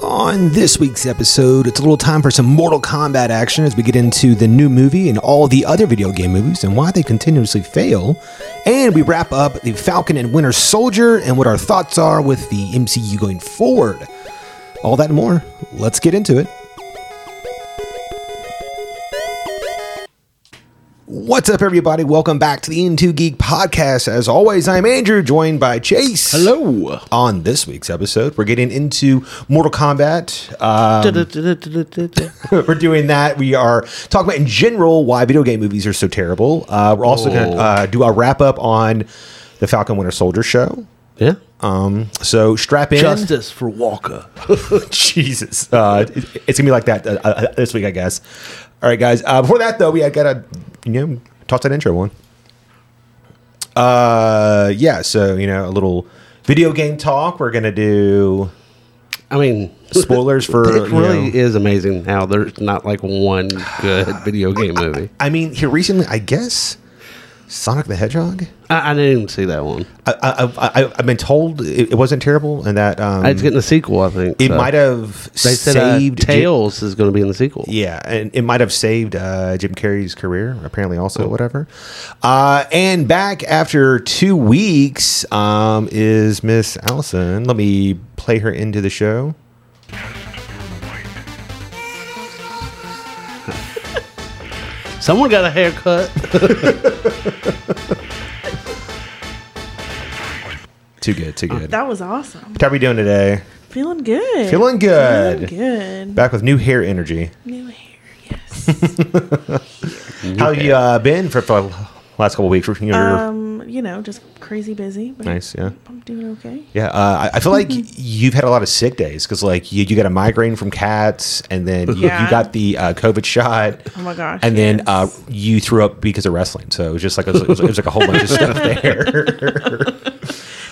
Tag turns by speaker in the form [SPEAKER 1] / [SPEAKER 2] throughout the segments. [SPEAKER 1] On this week's episode, it's a little time for some Mortal Kombat action as we get into the new movie and all the other video game movies and why they continuously fail. And we wrap up the Falcon and Winter Soldier and what our thoughts are with the MCU going forward. All that and more. Let's get into it. What's up, everybody? Welcome back to the Into Geek podcast. As always, I'm Andrew, joined by Chase.
[SPEAKER 2] Hello.
[SPEAKER 1] On this week's episode, we're getting into Mortal Kombat. Um, we're doing that. We are talking about in general why video game movies are so terrible. Uh, we're also going to uh, do a wrap up on the Falcon Winter Soldier show.
[SPEAKER 2] Yeah.
[SPEAKER 1] Um, so strap in. Oh,
[SPEAKER 2] Justice for Walker.
[SPEAKER 1] Jesus. Uh, it- it's going to be like that uh, uh, this week, I guess. All right, guys. Uh, before that, though, we got to, you know, toss that intro one. Uh, yeah, so, you know, a little video game talk. We're going to do
[SPEAKER 2] I mean,
[SPEAKER 1] spoilers for.
[SPEAKER 2] it
[SPEAKER 1] you
[SPEAKER 2] really
[SPEAKER 1] know-
[SPEAKER 2] is amazing how there's not like one good video game movie.
[SPEAKER 1] I mean, here recently, I guess Sonic the Hedgehog.
[SPEAKER 2] I, I didn't even see that one.
[SPEAKER 1] I, I, I, I've been told it, it wasn't terrible, and that um,
[SPEAKER 2] It's getting a sequel, I think.
[SPEAKER 1] it
[SPEAKER 2] so.
[SPEAKER 1] might have
[SPEAKER 2] They said uh,
[SPEAKER 1] saved Jim-
[SPEAKER 2] Tails is going to be in the sequel.
[SPEAKER 1] yeah, and it might have saved uh, Jim Carrey's career. Apparently, also whatever. Uh, and back after two weeks um, is Miss Allison. Let me play her into the show.
[SPEAKER 2] Someone got a haircut.
[SPEAKER 1] Too good, too good.
[SPEAKER 3] That was awesome.
[SPEAKER 1] How are we doing today?
[SPEAKER 3] Feeling good.
[SPEAKER 1] Feeling good.
[SPEAKER 3] Feeling good.
[SPEAKER 1] Back with new hair energy.
[SPEAKER 3] New hair. Yes.
[SPEAKER 1] How you uh, been for, for the last couple of weeks? Your-
[SPEAKER 3] um, you know, just crazy busy. But
[SPEAKER 1] Nice, yeah.
[SPEAKER 3] I'm doing okay.
[SPEAKER 1] Yeah, uh, I, I feel like you've had a lot of sick days because, like, you, you got a migraine from cats, and then you, you
[SPEAKER 3] Yeah.
[SPEAKER 1] got the uh, COVID shot.
[SPEAKER 3] Oh my gosh,
[SPEAKER 1] And then
[SPEAKER 3] yes.
[SPEAKER 1] uh, you threw up because of wrestling. So it was just like it was, it was- it was like a whole bunch of stuff there.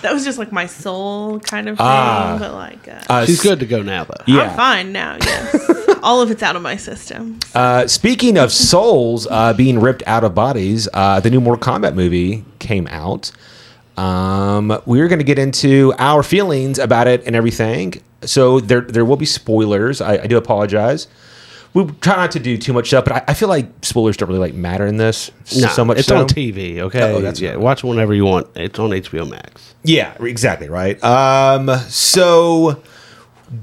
[SPEAKER 3] That was just like my soul kind of thing,
[SPEAKER 1] Ah.
[SPEAKER 3] but like uh,
[SPEAKER 1] Uh,
[SPEAKER 2] She's good to go now, though.
[SPEAKER 1] Yeah.
[SPEAKER 3] I'm fine now. Yes. All of it's out of my system.
[SPEAKER 1] Uh, speaking of souls uh, being ripped out of bodies, uh, the new Mortal Kombat movie came out. Um, we're going to get into our feelings about it and everything. So there, there will be spoilers. I, I do apologize. We try not to do too much stuff, but I, I feel like spoilers don't really like matter in this s-
[SPEAKER 2] No,
[SPEAKER 1] so much.
[SPEAKER 2] It's
[SPEAKER 1] so.
[SPEAKER 2] on TV, okay?
[SPEAKER 1] Oh, that's
[SPEAKER 2] yeah.
[SPEAKER 1] right.
[SPEAKER 2] Watch it whenever you want. It's on HBO Max.
[SPEAKER 1] Yeah, exactly right. Um, so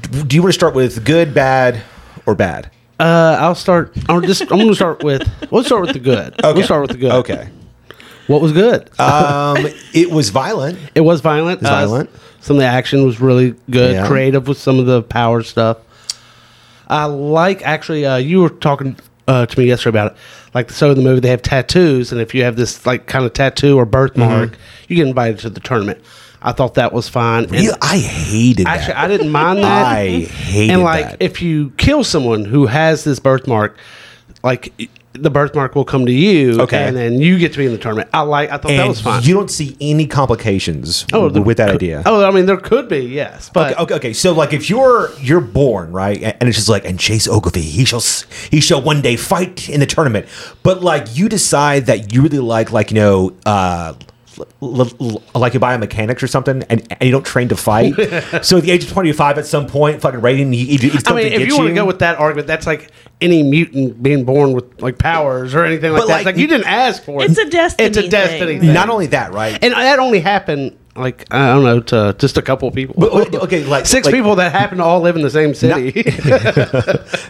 [SPEAKER 1] d- do you want to start with good, bad, or bad?
[SPEAKER 2] Uh, I'll start. I'm just. I'm going to start with. We'll start with the good. We'll start with the good.
[SPEAKER 1] Okay.
[SPEAKER 2] What was good?
[SPEAKER 1] Um, it was violent.
[SPEAKER 2] It was violent. Uh,
[SPEAKER 1] was violent.
[SPEAKER 2] Some of the action was really good.
[SPEAKER 1] Yeah.
[SPEAKER 2] Creative with some of the power stuff. I like actually. Uh, you were talking uh, to me yesterday about it. Like so in the movie, they have tattoos, and if you have this like kind of tattoo or birthmark,
[SPEAKER 1] Mm-hmm.
[SPEAKER 2] you get invited to the tournament. I thought that was fine. And
[SPEAKER 1] You- I hated that.
[SPEAKER 2] actually, I didn't mind that.
[SPEAKER 1] I hated
[SPEAKER 2] and like
[SPEAKER 1] that.
[SPEAKER 2] if you kill someone who has this birthmark, like. The birthmark will come to you,
[SPEAKER 1] Okay.
[SPEAKER 2] and then you get to be in the tournament. I like. I thought
[SPEAKER 1] and
[SPEAKER 2] that was fine.
[SPEAKER 1] you don't see any complications
[SPEAKER 2] Oh,
[SPEAKER 1] w-
[SPEAKER 2] there
[SPEAKER 1] with that
[SPEAKER 2] could-
[SPEAKER 1] idea.
[SPEAKER 2] Oh, I mean, there could be, yes, but
[SPEAKER 1] Okay, oh, okay, okay. So, like, if you're you're born right, A- and it's just like, and Chase Ogilvy, he shall s- he shall one day fight in the tournament. But like, you decide that you really like, like, you know, uh, l- l- l- like you buy a mechanics or something, and, and you don't train to fight. so, at the age of twenty five, at some point, fucking rating, he, he, he's
[SPEAKER 2] I
[SPEAKER 1] going
[SPEAKER 2] mean,
[SPEAKER 1] to
[SPEAKER 2] if
[SPEAKER 1] get
[SPEAKER 2] you
[SPEAKER 1] you.
[SPEAKER 2] want to go with that argument, that's like any mutant being born with like powers or anything like
[SPEAKER 1] But,
[SPEAKER 2] that.
[SPEAKER 1] like,
[SPEAKER 2] It's like you didn't ask for it.
[SPEAKER 3] It's a destiny
[SPEAKER 2] It's a destiny.
[SPEAKER 3] thing.
[SPEAKER 2] thing.
[SPEAKER 1] Not only that, right?
[SPEAKER 2] and that only happened like I don't know to just a couple people.
[SPEAKER 1] But, okay, like-
[SPEAKER 2] six
[SPEAKER 1] like-
[SPEAKER 2] people that happen to all live in the same city.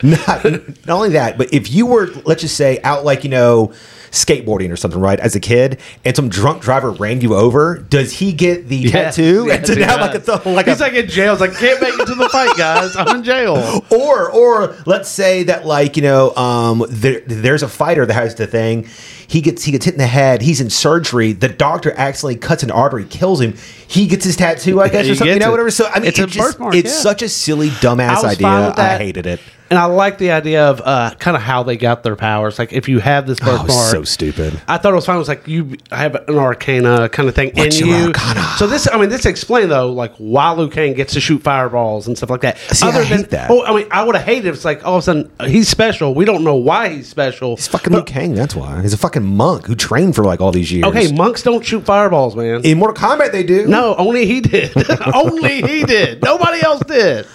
[SPEAKER 1] not, not only that, but if you were, let's just say, out like, you know, skateboarding or something, right, as a kid, and some drunk driver ran you over, does he get the tattoo?
[SPEAKER 2] Yes,
[SPEAKER 1] and so
[SPEAKER 2] he
[SPEAKER 1] now,
[SPEAKER 2] does.
[SPEAKER 1] like, it's a, like,
[SPEAKER 2] he's
[SPEAKER 1] a,
[SPEAKER 2] like in jail. He's like can't make it to the fight, guys. I'm in jail.
[SPEAKER 1] or, or let's say that, like, you know, um, there, there's a fighter that has the thing. He gets, he gets hit in the head. He's in surgery. The doctor accidentally cuts an artery, kills him. He gets his tattoo, I guess,
[SPEAKER 2] He
[SPEAKER 1] or something, you
[SPEAKER 2] gets
[SPEAKER 1] know,
[SPEAKER 2] it.
[SPEAKER 1] whatever. So, I mean, it's,
[SPEAKER 2] It's a
[SPEAKER 1] it just,
[SPEAKER 2] birthmark,
[SPEAKER 1] it's
[SPEAKER 2] yeah.
[SPEAKER 1] such a silly, dumbass
[SPEAKER 2] was fine
[SPEAKER 1] idea.
[SPEAKER 2] with
[SPEAKER 1] I
[SPEAKER 2] that.
[SPEAKER 1] hated it.
[SPEAKER 2] And I like the idea of uh, kind of how they got their powers. Like if you have this
[SPEAKER 1] Oh,
[SPEAKER 2] birthmark,
[SPEAKER 1] so stupid.
[SPEAKER 2] I thought it was fine. It was like you have an arcana kind of thing
[SPEAKER 1] What's
[SPEAKER 2] in
[SPEAKER 1] your
[SPEAKER 2] you.
[SPEAKER 1] arcana?
[SPEAKER 2] So this, I mean, this explained though, like why Liu Kang gets to shoot fireballs and stuff like that.
[SPEAKER 1] See, I hate that.
[SPEAKER 2] Oh, I mean, I would have hated if it's like all of a sudden uh, he's special. We don't know why he's special.
[SPEAKER 1] He's fucking Luke Kang, that's why. He's a fucking monk who trained for like all these years.
[SPEAKER 2] Okay, monks don't shoot fireballs, man.
[SPEAKER 1] In Mortal Kombat, they do.
[SPEAKER 2] no, only he did. only he did. Nobody else did.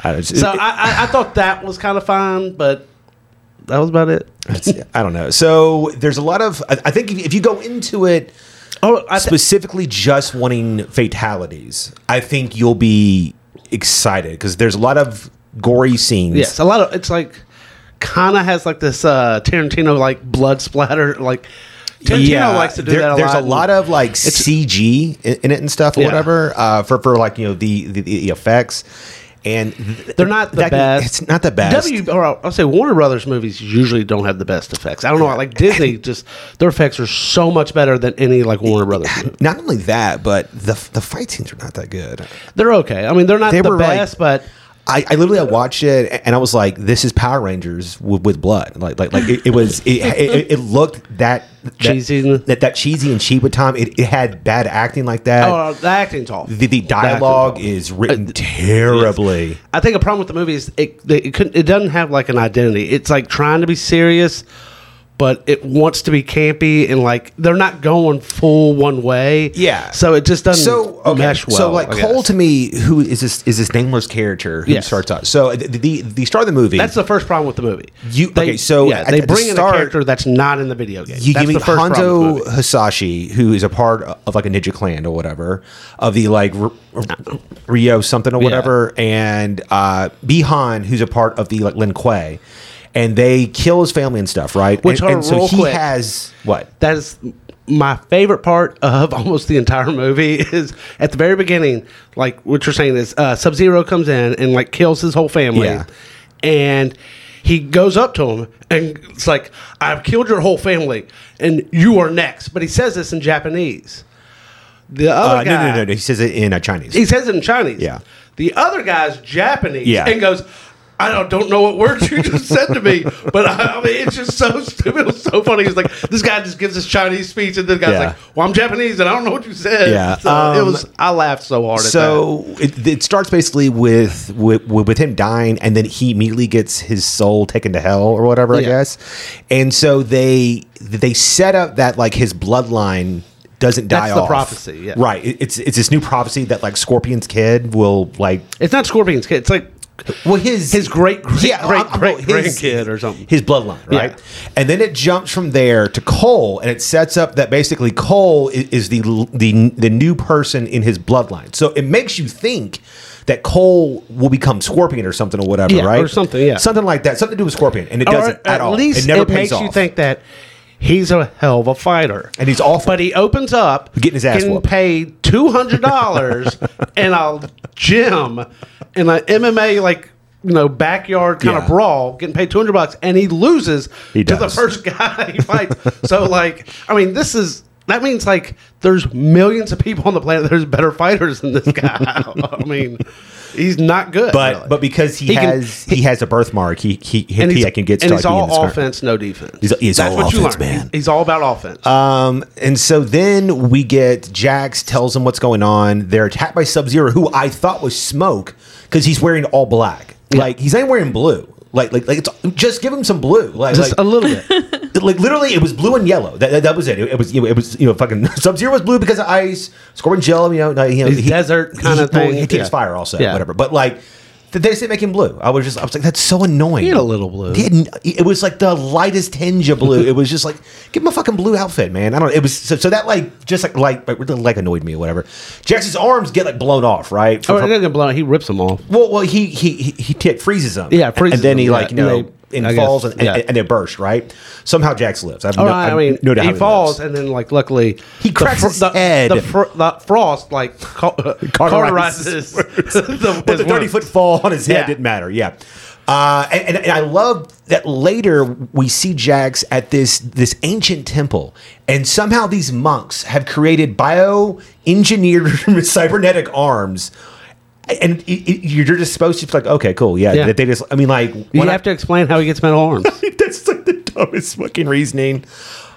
[SPEAKER 1] I, it's-
[SPEAKER 2] So
[SPEAKER 1] it-
[SPEAKER 2] I, I, I thought that was kind of fine, but that was about it.
[SPEAKER 1] it's- I don't know. So there's a lot of. I, I think if, if you go into it
[SPEAKER 2] Oh, I th-
[SPEAKER 1] specifically just wanting fatalities, I think you'll be excited because there's a lot of gory scenes.
[SPEAKER 2] yes, a lot of it's like kind of has like this uh, Tarantino like blood splatter. Like Tarantino likes to do
[SPEAKER 1] there-
[SPEAKER 2] that. A
[SPEAKER 1] there's
[SPEAKER 2] lot.
[SPEAKER 1] a lot of like CG in, in it and stuff or
[SPEAKER 2] Yeah.
[SPEAKER 1] whatever uh, for for like you know the the, the effects, and th-
[SPEAKER 2] They're not the
[SPEAKER 1] that can-
[SPEAKER 2] best.
[SPEAKER 1] It's not the best.
[SPEAKER 2] W or I'll say Warner Brothers movies usually don't have the best effects. I don't know, like Disney, just their effects are so much better than any like Warner Brothers. Movie.
[SPEAKER 1] not only that, but the the fight scenes are not that good.
[SPEAKER 2] They're okay. I mean, they're not
[SPEAKER 1] They
[SPEAKER 2] the
[SPEAKER 1] were, like-
[SPEAKER 2] best, but
[SPEAKER 1] I, I literally I watched it a- and I was like, "This is Power Rangers with, with blood." Like like like it, it was it, it it looked that that-
[SPEAKER 2] Cheesy.
[SPEAKER 1] that, that cheesy and cheap with time. It, it had bad acting like that.
[SPEAKER 2] oh, the acting's off.
[SPEAKER 1] the, the
[SPEAKER 2] acting's
[SPEAKER 1] dialogue
[SPEAKER 2] off.
[SPEAKER 1] is
[SPEAKER 2] Uh,
[SPEAKER 1] written terribly.
[SPEAKER 2] I think a problem with the movie is it they, it, couldn't, it doesn't have like an identity. It's like trying to be serious, but it wants to be campy and like they're not going full one way.
[SPEAKER 1] Yeah.
[SPEAKER 2] So it just doesn't
[SPEAKER 1] so okay.
[SPEAKER 2] mesh well.
[SPEAKER 1] so like
[SPEAKER 2] I
[SPEAKER 1] Cole
[SPEAKER 2] guess.
[SPEAKER 1] to me, who is this? Is this nameless character who
[SPEAKER 2] Yes.
[SPEAKER 1] starts off? So the, the the star of the movie.
[SPEAKER 2] That's the first problem with the movie.
[SPEAKER 1] You- okay, so
[SPEAKER 2] yeah,
[SPEAKER 1] at- at
[SPEAKER 2] they
[SPEAKER 1] the
[SPEAKER 2] bring in
[SPEAKER 1] start-
[SPEAKER 2] a character that's not in the video game.
[SPEAKER 1] you
[SPEAKER 2] that's
[SPEAKER 1] give me
[SPEAKER 2] the first problem with the
[SPEAKER 1] Hanzo
[SPEAKER 2] movie.
[SPEAKER 1] Hisashi, who is a part of, of, like a ninja clan or whatever, of the like R- R- Rio something or whatever, and uh, Bihan, who's a part of the like Lin Kuei, and they kill his family and stuff, right?
[SPEAKER 2] Which
[SPEAKER 1] and,
[SPEAKER 2] are
[SPEAKER 1] and so
[SPEAKER 2] real
[SPEAKER 1] he
[SPEAKER 2] quick.
[SPEAKER 1] has what?
[SPEAKER 2] That is my favorite part of almost the entire movie is at the very beginning, like what you're saying is uh, Sub Zero comes in and like kills his whole family,
[SPEAKER 1] Yeah.
[SPEAKER 2] and he goes up to him and it's like, "I've killed your whole family, and you are next." But he says this in Japanese. The other
[SPEAKER 1] Uh, no,
[SPEAKER 2] guy,
[SPEAKER 1] no, no, no. He says it in uh, Chinese.
[SPEAKER 2] he says it in Chinese.
[SPEAKER 1] Yeah.
[SPEAKER 2] The other guy's Japanese
[SPEAKER 1] Yeah.
[SPEAKER 2] and goes, I don't, don't know what words you just said to me, but I, I mean, it's just so stupid. It was so funny. He's like, this guy just gives this Chinese speech, and the guy's
[SPEAKER 1] Yeah.
[SPEAKER 2] like, well, I'm Japanese, and I don't know what you said.
[SPEAKER 1] Yeah,
[SPEAKER 2] So it
[SPEAKER 1] um,
[SPEAKER 2] was, I laughed so hard at
[SPEAKER 1] so it, it starts basically with, with with him dying, and then he immediately gets his soul taken to hell or whatever, I
[SPEAKER 2] Yeah.
[SPEAKER 1] guess. And so they they set up that like his bloodline doesn't die
[SPEAKER 2] That's the
[SPEAKER 1] off.
[SPEAKER 2] prophecy, yeah.
[SPEAKER 1] Right. It- it's it's this new prophecy that like Scorpion's kid will like
[SPEAKER 2] that. It's not Scorpion's kid. It's like
[SPEAKER 1] well his
[SPEAKER 2] his great, great,
[SPEAKER 1] yeah,
[SPEAKER 2] great,
[SPEAKER 1] I'm- I'm-
[SPEAKER 2] great
[SPEAKER 1] his-
[SPEAKER 2] grandkid or something.
[SPEAKER 1] His bloodline, right? And then it jumps from there to Cole, and it sets up that basically Cole is, is the the the new person in his bloodline. So it makes you think that Cole will become Scorpion or something or whatever,
[SPEAKER 2] Yeah,
[SPEAKER 1] right?
[SPEAKER 2] or something, yeah.
[SPEAKER 1] something like that. Something to do with Scorpion, and it doesn't
[SPEAKER 2] or
[SPEAKER 1] at, all.
[SPEAKER 2] least
[SPEAKER 1] it never pays
[SPEAKER 2] makes
[SPEAKER 1] off.
[SPEAKER 2] you think that he's a hell of a fighter,
[SPEAKER 1] And he's awful.
[SPEAKER 2] But he opens up,
[SPEAKER 1] Getting his ass
[SPEAKER 2] getting
[SPEAKER 1] whooped.
[SPEAKER 2] paid two hundred dollars in a gym in an MMA like you know backyard kind
[SPEAKER 1] Yeah.
[SPEAKER 2] of brawl, getting paid two hundred bucks, and he loses
[SPEAKER 1] He
[SPEAKER 2] to the
[SPEAKER 1] does.
[SPEAKER 2] first guy he fights. so like, I mean, this is. That means like there's millions of people on the planet. There's better fighters than this guy. I mean, he's not good.
[SPEAKER 1] but
[SPEAKER 2] really.
[SPEAKER 1] but because he,
[SPEAKER 2] He can-
[SPEAKER 1] has he has a birthmark, he he he,
[SPEAKER 2] and
[SPEAKER 1] he
[SPEAKER 2] he's,
[SPEAKER 1] can get
[SPEAKER 2] and
[SPEAKER 1] stuck
[SPEAKER 2] he's
[SPEAKER 1] in the
[SPEAKER 2] all
[SPEAKER 1] scar-
[SPEAKER 2] offense, no defense.
[SPEAKER 1] He's- he's all offense,
[SPEAKER 2] learn.
[SPEAKER 1] man.
[SPEAKER 2] He's, he's all about offense.
[SPEAKER 1] Um, and so then we get Jax tells them what's going on. They're attacked by Sub Zero, who I thought was Smoke because he's wearing all black. Like he's not even wearing blue. Like like like it's just give him some blue. Like
[SPEAKER 2] Just
[SPEAKER 1] like,
[SPEAKER 2] a little bit.
[SPEAKER 1] like literally it was blue and yellow. That, that, that was it. it. it was you know, it was you know fucking Sub Zero was blue because of ice. Scorpion gel. You know, like, you know
[SPEAKER 2] He's desert kinda
[SPEAKER 1] well,
[SPEAKER 2] thing.
[SPEAKER 1] He takes
[SPEAKER 2] Yeah.
[SPEAKER 1] fire also.
[SPEAKER 2] Yeah.
[SPEAKER 1] Whatever. But like. th- They didn't make him blue. I was just, I was like, that's so annoying.
[SPEAKER 2] had a little blue.
[SPEAKER 1] He had n- it was like the lightest tinge of blue. It was just like, give him a fucking blue outfit, man. I don't. It was so, so that like just like like like, really, like annoyed me or whatever. Jackson's arms get like blown off, right?
[SPEAKER 2] oh,
[SPEAKER 1] From-
[SPEAKER 2] it
[SPEAKER 1] from-
[SPEAKER 2] doesn't blow. He rips them off.
[SPEAKER 1] well, well, he he he, he tick freezes them.
[SPEAKER 2] Yeah, freezes
[SPEAKER 1] and then he
[SPEAKER 2] them,
[SPEAKER 1] like
[SPEAKER 2] yeah.
[SPEAKER 1] you know
[SPEAKER 2] And they-
[SPEAKER 1] and
[SPEAKER 2] I guess,
[SPEAKER 1] falls and,
[SPEAKER 2] yeah.
[SPEAKER 1] and, and they burst right. Somehow Jax lives. I've
[SPEAKER 2] All
[SPEAKER 1] no,
[SPEAKER 2] right,
[SPEAKER 1] I've
[SPEAKER 2] I mean,
[SPEAKER 1] no doubt how
[SPEAKER 2] he falls,
[SPEAKER 1] lives.
[SPEAKER 2] and then like luckily
[SPEAKER 1] He cracks his
[SPEAKER 2] the,
[SPEAKER 1] head.
[SPEAKER 2] The, fr- the frost like ca-
[SPEAKER 1] Cauterizes
[SPEAKER 2] cauterizes the,
[SPEAKER 1] but the
[SPEAKER 2] his
[SPEAKER 1] thirty
[SPEAKER 2] wound.
[SPEAKER 1] foot fall on his head
[SPEAKER 2] Yeah.
[SPEAKER 1] didn't matter. Yeah. Uh, and, and, and I love that later we see Jax at this this ancient temple, and somehow these monks have created bio-engineered cybernetic arms, and it, it- you're just supposed to be like, okay, cool, yeah.
[SPEAKER 2] Yeah.
[SPEAKER 1] That they just, I mean, like,
[SPEAKER 2] You
[SPEAKER 1] why not-
[SPEAKER 2] have to explain how he gets metal arms.
[SPEAKER 1] That's like the dumbest fucking reasoning.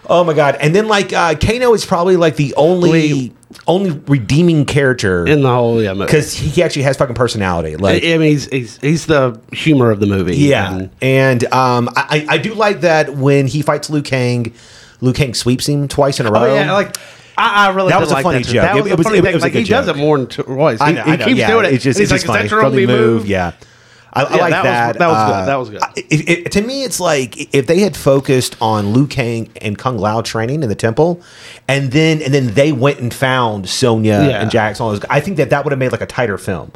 [SPEAKER 1] Oh my god! And then like uh, Kano is probably like the only
[SPEAKER 2] Lee.
[SPEAKER 1] only redeeming character
[SPEAKER 2] in the whole yeah movie.
[SPEAKER 1] because he actually has fucking personality.
[SPEAKER 2] I
[SPEAKER 1] Like
[SPEAKER 2] I mean, he's, he's he's the humor of the movie.
[SPEAKER 1] yeah,
[SPEAKER 2] And
[SPEAKER 1] and um, I I I do like that when he fights Liu Kang, Liu Kang sweeps him twice in a row.
[SPEAKER 2] Oh yeah, like I, I really
[SPEAKER 1] That
[SPEAKER 2] did
[SPEAKER 1] was a
[SPEAKER 2] like
[SPEAKER 1] funny
[SPEAKER 2] that too.
[SPEAKER 1] joke.
[SPEAKER 2] That
[SPEAKER 1] It-
[SPEAKER 2] was
[SPEAKER 1] it
[SPEAKER 2] a
[SPEAKER 1] was-
[SPEAKER 2] funny
[SPEAKER 1] it- it
[SPEAKER 2] thing.
[SPEAKER 1] was a
[SPEAKER 2] Like
[SPEAKER 1] good
[SPEAKER 2] he does
[SPEAKER 1] joke.
[SPEAKER 2] it more than twice. He,
[SPEAKER 1] I know, I
[SPEAKER 2] he
[SPEAKER 1] know,
[SPEAKER 2] keeps
[SPEAKER 1] yeah,
[SPEAKER 2] doing it.
[SPEAKER 1] It's just
[SPEAKER 2] And
[SPEAKER 1] it's
[SPEAKER 2] he's
[SPEAKER 1] just
[SPEAKER 2] like,
[SPEAKER 1] funny.
[SPEAKER 2] "Is that your
[SPEAKER 1] Friendly
[SPEAKER 2] only
[SPEAKER 1] move,
[SPEAKER 2] move?"
[SPEAKER 1] yeah. I, I
[SPEAKER 2] Yeah,
[SPEAKER 1] like
[SPEAKER 2] that
[SPEAKER 1] that. uh,
[SPEAKER 2] was- that was good. That was good.
[SPEAKER 1] I- It, it, to me, it's like if they had focused on Liu Kang and Kung Lao training in the temple, and then and then they went and found Sonya
[SPEAKER 2] Yeah.
[SPEAKER 1] and Jax. and All those, I think that that would have made like a tighter film.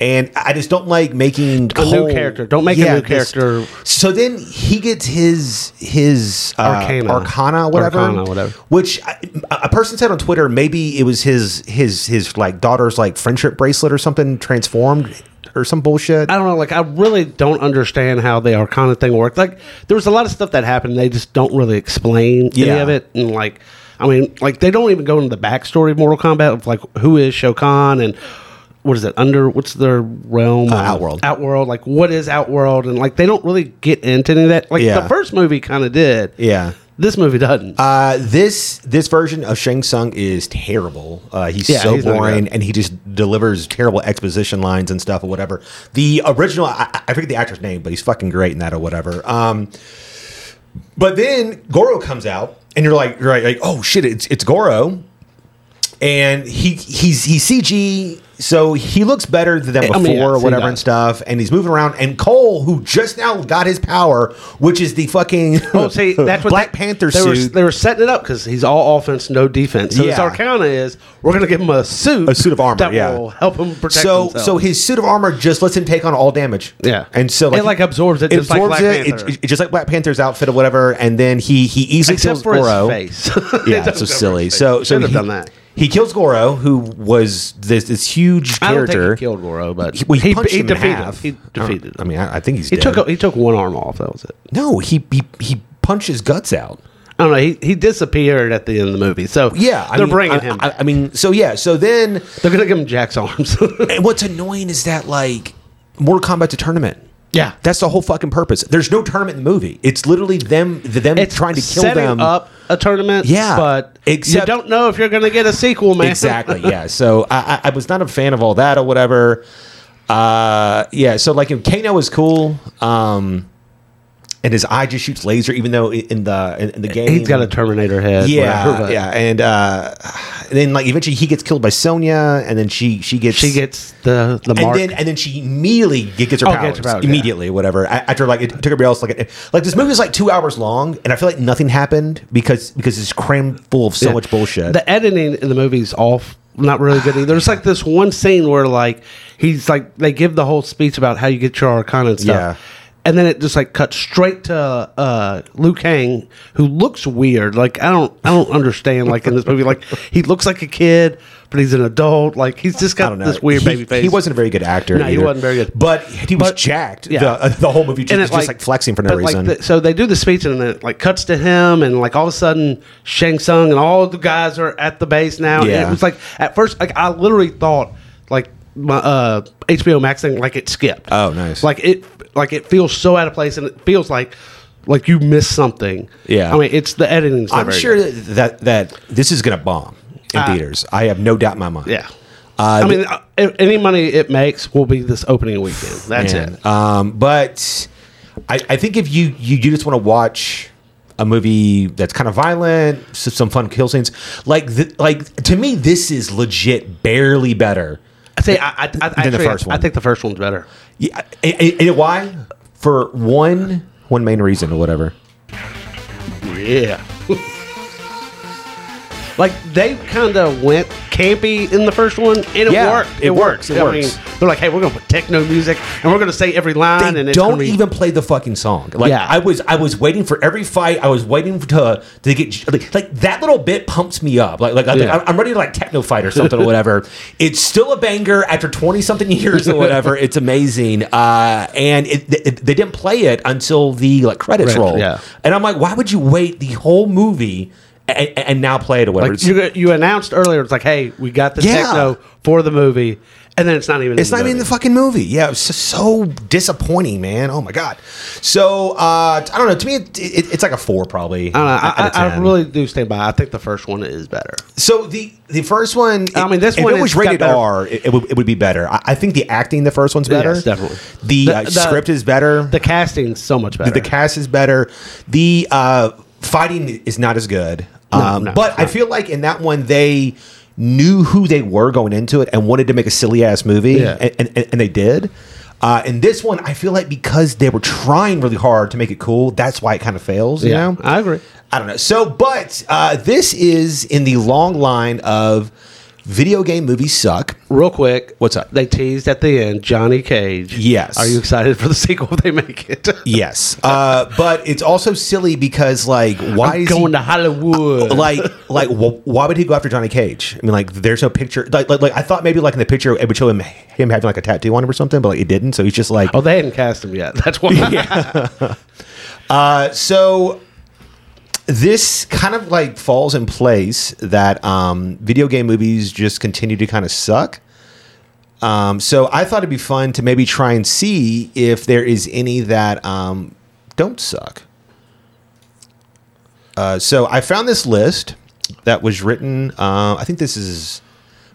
[SPEAKER 1] And I just don't like making
[SPEAKER 2] A new character. Don't make a new
[SPEAKER 1] this-
[SPEAKER 2] character.
[SPEAKER 1] so then he gets his his uh,
[SPEAKER 2] Arcana.
[SPEAKER 1] arcana, whatever,
[SPEAKER 2] Arcana, whatever.
[SPEAKER 1] Which I, a person said on Twitter, maybe it was his his his like daughter's like friendship bracelet or something transformed or some bullshit.
[SPEAKER 2] I don't know. Like, I really don't understand how the Arcana thing worked. Like, there was a lot of stuff that happened. They just don't really explain
[SPEAKER 1] Yeah.
[SPEAKER 2] any of it. And like, I mean, like they don't even go into the backstory of Mortal Kombat of like who is Shokan and what is it under what's their realm?
[SPEAKER 1] Uh, Outworld.
[SPEAKER 2] Outworld. Like, what is Outworld? And like, they don't really get into any of that. Like,
[SPEAKER 1] Yeah.
[SPEAKER 2] the first movie kind of did.
[SPEAKER 1] yeah.
[SPEAKER 2] This movie doesn't.
[SPEAKER 1] Uh, this this version of Shang Tsung is terrible. Uh, he's
[SPEAKER 2] Yeah,
[SPEAKER 1] so
[SPEAKER 2] he's not
[SPEAKER 1] boring,
[SPEAKER 2] good.
[SPEAKER 1] and he just delivers terrible exposition lines and stuff or whatever. The original, I, I forget the actor's name, but he's fucking great in that or whatever. Um, but then Goro comes out, and you're like, you're like, like, oh shit, it's it's Goro, and he he's he's CG. So he looks better than before
[SPEAKER 2] I mean, yeah,
[SPEAKER 1] or
[SPEAKER 2] so
[SPEAKER 1] whatever
[SPEAKER 2] he
[SPEAKER 1] and
[SPEAKER 2] does.
[SPEAKER 1] stuff, and he's moving around. And Cole, who just now got his power, which is the fucking
[SPEAKER 2] Oh, see, that's what
[SPEAKER 1] Black
[SPEAKER 2] they-
[SPEAKER 1] Panther
[SPEAKER 2] they
[SPEAKER 1] suit.
[SPEAKER 2] Were, they were setting it up because he's all offense, no defense. So his
[SPEAKER 1] Yeah.
[SPEAKER 2] Arcana is we're going to give him a suit,
[SPEAKER 1] A suit of armor,
[SPEAKER 2] that
[SPEAKER 1] yeah.
[SPEAKER 2] will help him protect.
[SPEAKER 1] so
[SPEAKER 2] himself.
[SPEAKER 1] so his suit of armor just lets him take on all damage.
[SPEAKER 2] Yeah.
[SPEAKER 1] and so
[SPEAKER 2] It, like, absorbs it, just like Black
[SPEAKER 1] it,
[SPEAKER 2] Panther.
[SPEAKER 1] it, it- just like Black Panther's outfit or whatever, and then he he easily kills
[SPEAKER 2] except for
[SPEAKER 1] Goro.
[SPEAKER 2] his face.
[SPEAKER 1] Yeah, it's so silly. So so
[SPEAKER 2] should have
[SPEAKER 1] he-
[SPEAKER 2] done that.
[SPEAKER 1] He kills Goro, who was this this huge
[SPEAKER 2] I don't
[SPEAKER 1] character.
[SPEAKER 2] think he killed Goro, but
[SPEAKER 1] He- well, he punched him in
[SPEAKER 2] defeated.
[SPEAKER 1] half. Uh,
[SPEAKER 2] He defeated.
[SPEAKER 1] I mean, I, I think he's
[SPEAKER 2] he
[SPEAKER 1] dead.
[SPEAKER 2] took a, he took one arm off. That was it.
[SPEAKER 1] no. He he he punched his guts out.
[SPEAKER 2] I don't know. He, he disappeared at the end of the movie. So
[SPEAKER 1] Yeah, I
[SPEAKER 2] they're
[SPEAKER 1] mean,
[SPEAKER 2] bringing
[SPEAKER 1] I-
[SPEAKER 2] him.
[SPEAKER 1] I, I mean, so yeah, so then
[SPEAKER 2] they're gonna give him Jack's arms.
[SPEAKER 1] and what's annoying is that like Mortal Kombat's a tournament.
[SPEAKER 2] yeah,
[SPEAKER 1] That's the whole fucking purpose. There's no tournament in the movie. It's literally them th- them trying to kill
[SPEAKER 2] setting
[SPEAKER 1] them.
[SPEAKER 2] up a tournament.
[SPEAKER 1] Yeah,
[SPEAKER 2] but
[SPEAKER 1] except-
[SPEAKER 2] you don't know if you're going to get a sequel, man.
[SPEAKER 1] Exactly. Yeah. So I, I, I was not a fan of all that or whatever. Uh, yeah. So like, if Kano is cool, um, and his eye just shoots laser, even though i- in the in, in the game
[SPEAKER 2] He's got a Terminator head.
[SPEAKER 1] yeah,
[SPEAKER 2] whatever, but
[SPEAKER 1] yeah, and uh, and then like eventually he gets killed by Sonya, and then she she gets
[SPEAKER 2] She gets the the
[SPEAKER 1] and
[SPEAKER 2] mark.
[SPEAKER 1] then and then she immediately ge- gets her
[SPEAKER 2] Oh,
[SPEAKER 1] powers
[SPEAKER 2] gets her powers, yeah.
[SPEAKER 1] immediately, whatever. A- After like it took everybody else like it- like this movie is like two hours long, and I feel like nothing happened because because it's crammed full of so
[SPEAKER 2] Yeah.
[SPEAKER 1] much bullshit.
[SPEAKER 2] The editing in the movie's off. Not really good. either. There's like this one scene where like he's like they give the whole speech about how you get your arcana and stuff.
[SPEAKER 1] Yeah.
[SPEAKER 2] And then it just like cuts straight to uh Liu Kang, who looks weird. Like I don't I don't understand like in this movie. Like he looks like a kid, but he's an adult. Like he's
[SPEAKER 1] I
[SPEAKER 2] just got
[SPEAKER 1] don't know.
[SPEAKER 2] this weird
[SPEAKER 1] he,
[SPEAKER 2] baby face.
[SPEAKER 1] He wasn't a very good actor.
[SPEAKER 2] No, he
[SPEAKER 1] either.
[SPEAKER 2] wasn't very good.
[SPEAKER 1] But he was
[SPEAKER 2] But-
[SPEAKER 1] jacked.
[SPEAKER 2] yeah.
[SPEAKER 1] The, uh, the whole movie just,
[SPEAKER 2] it,
[SPEAKER 1] just like, flexing for no
[SPEAKER 2] but, like,
[SPEAKER 1] reason.
[SPEAKER 2] the- so they do the speech and then it like cuts to him and like all of a sudden Shang Tsung and all the guys are at the base now. And
[SPEAKER 1] Yeah.
[SPEAKER 2] it was like at first like I literally thought like my uh HBO Max thing like it skipped.
[SPEAKER 1] Oh, nice.
[SPEAKER 2] Like it like it feels so out of place and it feels like like you missed something.
[SPEAKER 1] Yeah.
[SPEAKER 2] I mean it's the editing.
[SPEAKER 1] I'm sure that, that this is going to bomb in
[SPEAKER 2] Uh,
[SPEAKER 1] theaters. I have no doubt in my mind.
[SPEAKER 2] Yeah.
[SPEAKER 1] Uh,
[SPEAKER 2] I mean, uh, if any money it makes will be this opening weekend. That's
[SPEAKER 1] man.
[SPEAKER 2] it.
[SPEAKER 1] Um, but I, I think if you you, you just want to watch a movie that's kind of violent, s- some fun kill scenes, like th- like to me, this is legit barely better.
[SPEAKER 2] I say, I, I, I,
[SPEAKER 1] the
[SPEAKER 2] actually, I-
[SPEAKER 1] first one.
[SPEAKER 2] I think the first one's better.
[SPEAKER 1] Yeah, and, and- and why? For one one main reason or whatever.
[SPEAKER 2] Yeah. like they kind of went campy in the first one, and it
[SPEAKER 1] Yeah,
[SPEAKER 2] worked.
[SPEAKER 1] it works, it
[SPEAKER 2] I
[SPEAKER 1] works.
[SPEAKER 2] mean, they're like, hey, we're gonna put techno music, and we're gonna say every line,
[SPEAKER 1] They
[SPEAKER 2] and it's
[SPEAKER 1] don't
[SPEAKER 2] gonna be-
[SPEAKER 1] even play the fucking song. Like
[SPEAKER 2] Yeah.
[SPEAKER 1] I was, I was waiting for every fight. I was waiting to to get like, like, that little bit pumps me up. Like like I-
[SPEAKER 2] Yeah.
[SPEAKER 1] I'm- I'm ready to like techno fight or something or whatever. It's still a banger after twenty something years or whatever. It's amazing. Uh, and it, th- it- they didn't play it until the like credits
[SPEAKER 2] Right,
[SPEAKER 1] roll.
[SPEAKER 2] yeah.
[SPEAKER 1] And I'm like, why would you wait the whole movie and, and now play it or whatever?
[SPEAKER 2] Like you, you announced earlier, it's like, hey, we got the
[SPEAKER 1] Yeah.
[SPEAKER 2] techno for the movie, and then it's not even.
[SPEAKER 1] It's not even in the fucking movie. Yeah, it was just so disappointing, man. Oh my god. So uh, I don't know. To me, it, it, it's like a four probably.
[SPEAKER 2] I,
[SPEAKER 1] out of
[SPEAKER 2] I, I
[SPEAKER 1] 10.
[SPEAKER 2] really do stand by. I think the first one is better.
[SPEAKER 1] So the the first one.
[SPEAKER 2] I mean, this
[SPEAKER 1] if
[SPEAKER 2] one
[SPEAKER 1] it was
[SPEAKER 2] has got
[SPEAKER 1] rated
[SPEAKER 2] better-
[SPEAKER 1] R, it, it would, it would be better. I, I think the acting the first one's better.
[SPEAKER 2] Yes, definitely.
[SPEAKER 1] The,
[SPEAKER 2] The-
[SPEAKER 1] uh,
[SPEAKER 2] the-
[SPEAKER 1] script is better.
[SPEAKER 2] The casting's so much better.
[SPEAKER 1] The cast is better. The uh, fighting is not as good. um,
[SPEAKER 2] no,
[SPEAKER 1] but
[SPEAKER 2] it's
[SPEAKER 1] I feel like in that one they knew who they were going into it and wanted to make a silly ass movie,
[SPEAKER 2] Yeah.
[SPEAKER 1] and, and, and they did. Uh, and this one, I feel like because they were trying really hard to make it cool, that's why it kind of fails. You know,
[SPEAKER 2] I agree.
[SPEAKER 1] I don't know. So, but uh, this is in the long line of video game movies suck.
[SPEAKER 2] Real quick,
[SPEAKER 1] What's up?
[SPEAKER 2] They teased at the end Johnny Cage.
[SPEAKER 1] Yes.
[SPEAKER 2] Are you excited for the sequel if they make it?
[SPEAKER 1] Yes, uh, but it's also silly because like why
[SPEAKER 2] I'm
[SPEAKER 1] is
[SPEAKER 2] going
[SPEAKER 1] he,
[SPEAKER 2] to Hollywood.
[SPEAKER 1] like like wh- why would he go after Johnny Cage? I mean, like there's no picture. Like, like like I thought maybe like in the picture it would show him him having like a tattoo on him or something, but like it didn't. So he's just like
[SPEAKER 2] oh, they hadn't cast him yet. That's why.
[SPEAKER 1] Uh, so this kind of like falls in place that um, video game movies just continue to kind of suck. Um, so I thought it'd be fun to maybe try and see if there is any that um, don't suck. Uh, so I found this list that was written. Uh, I think this is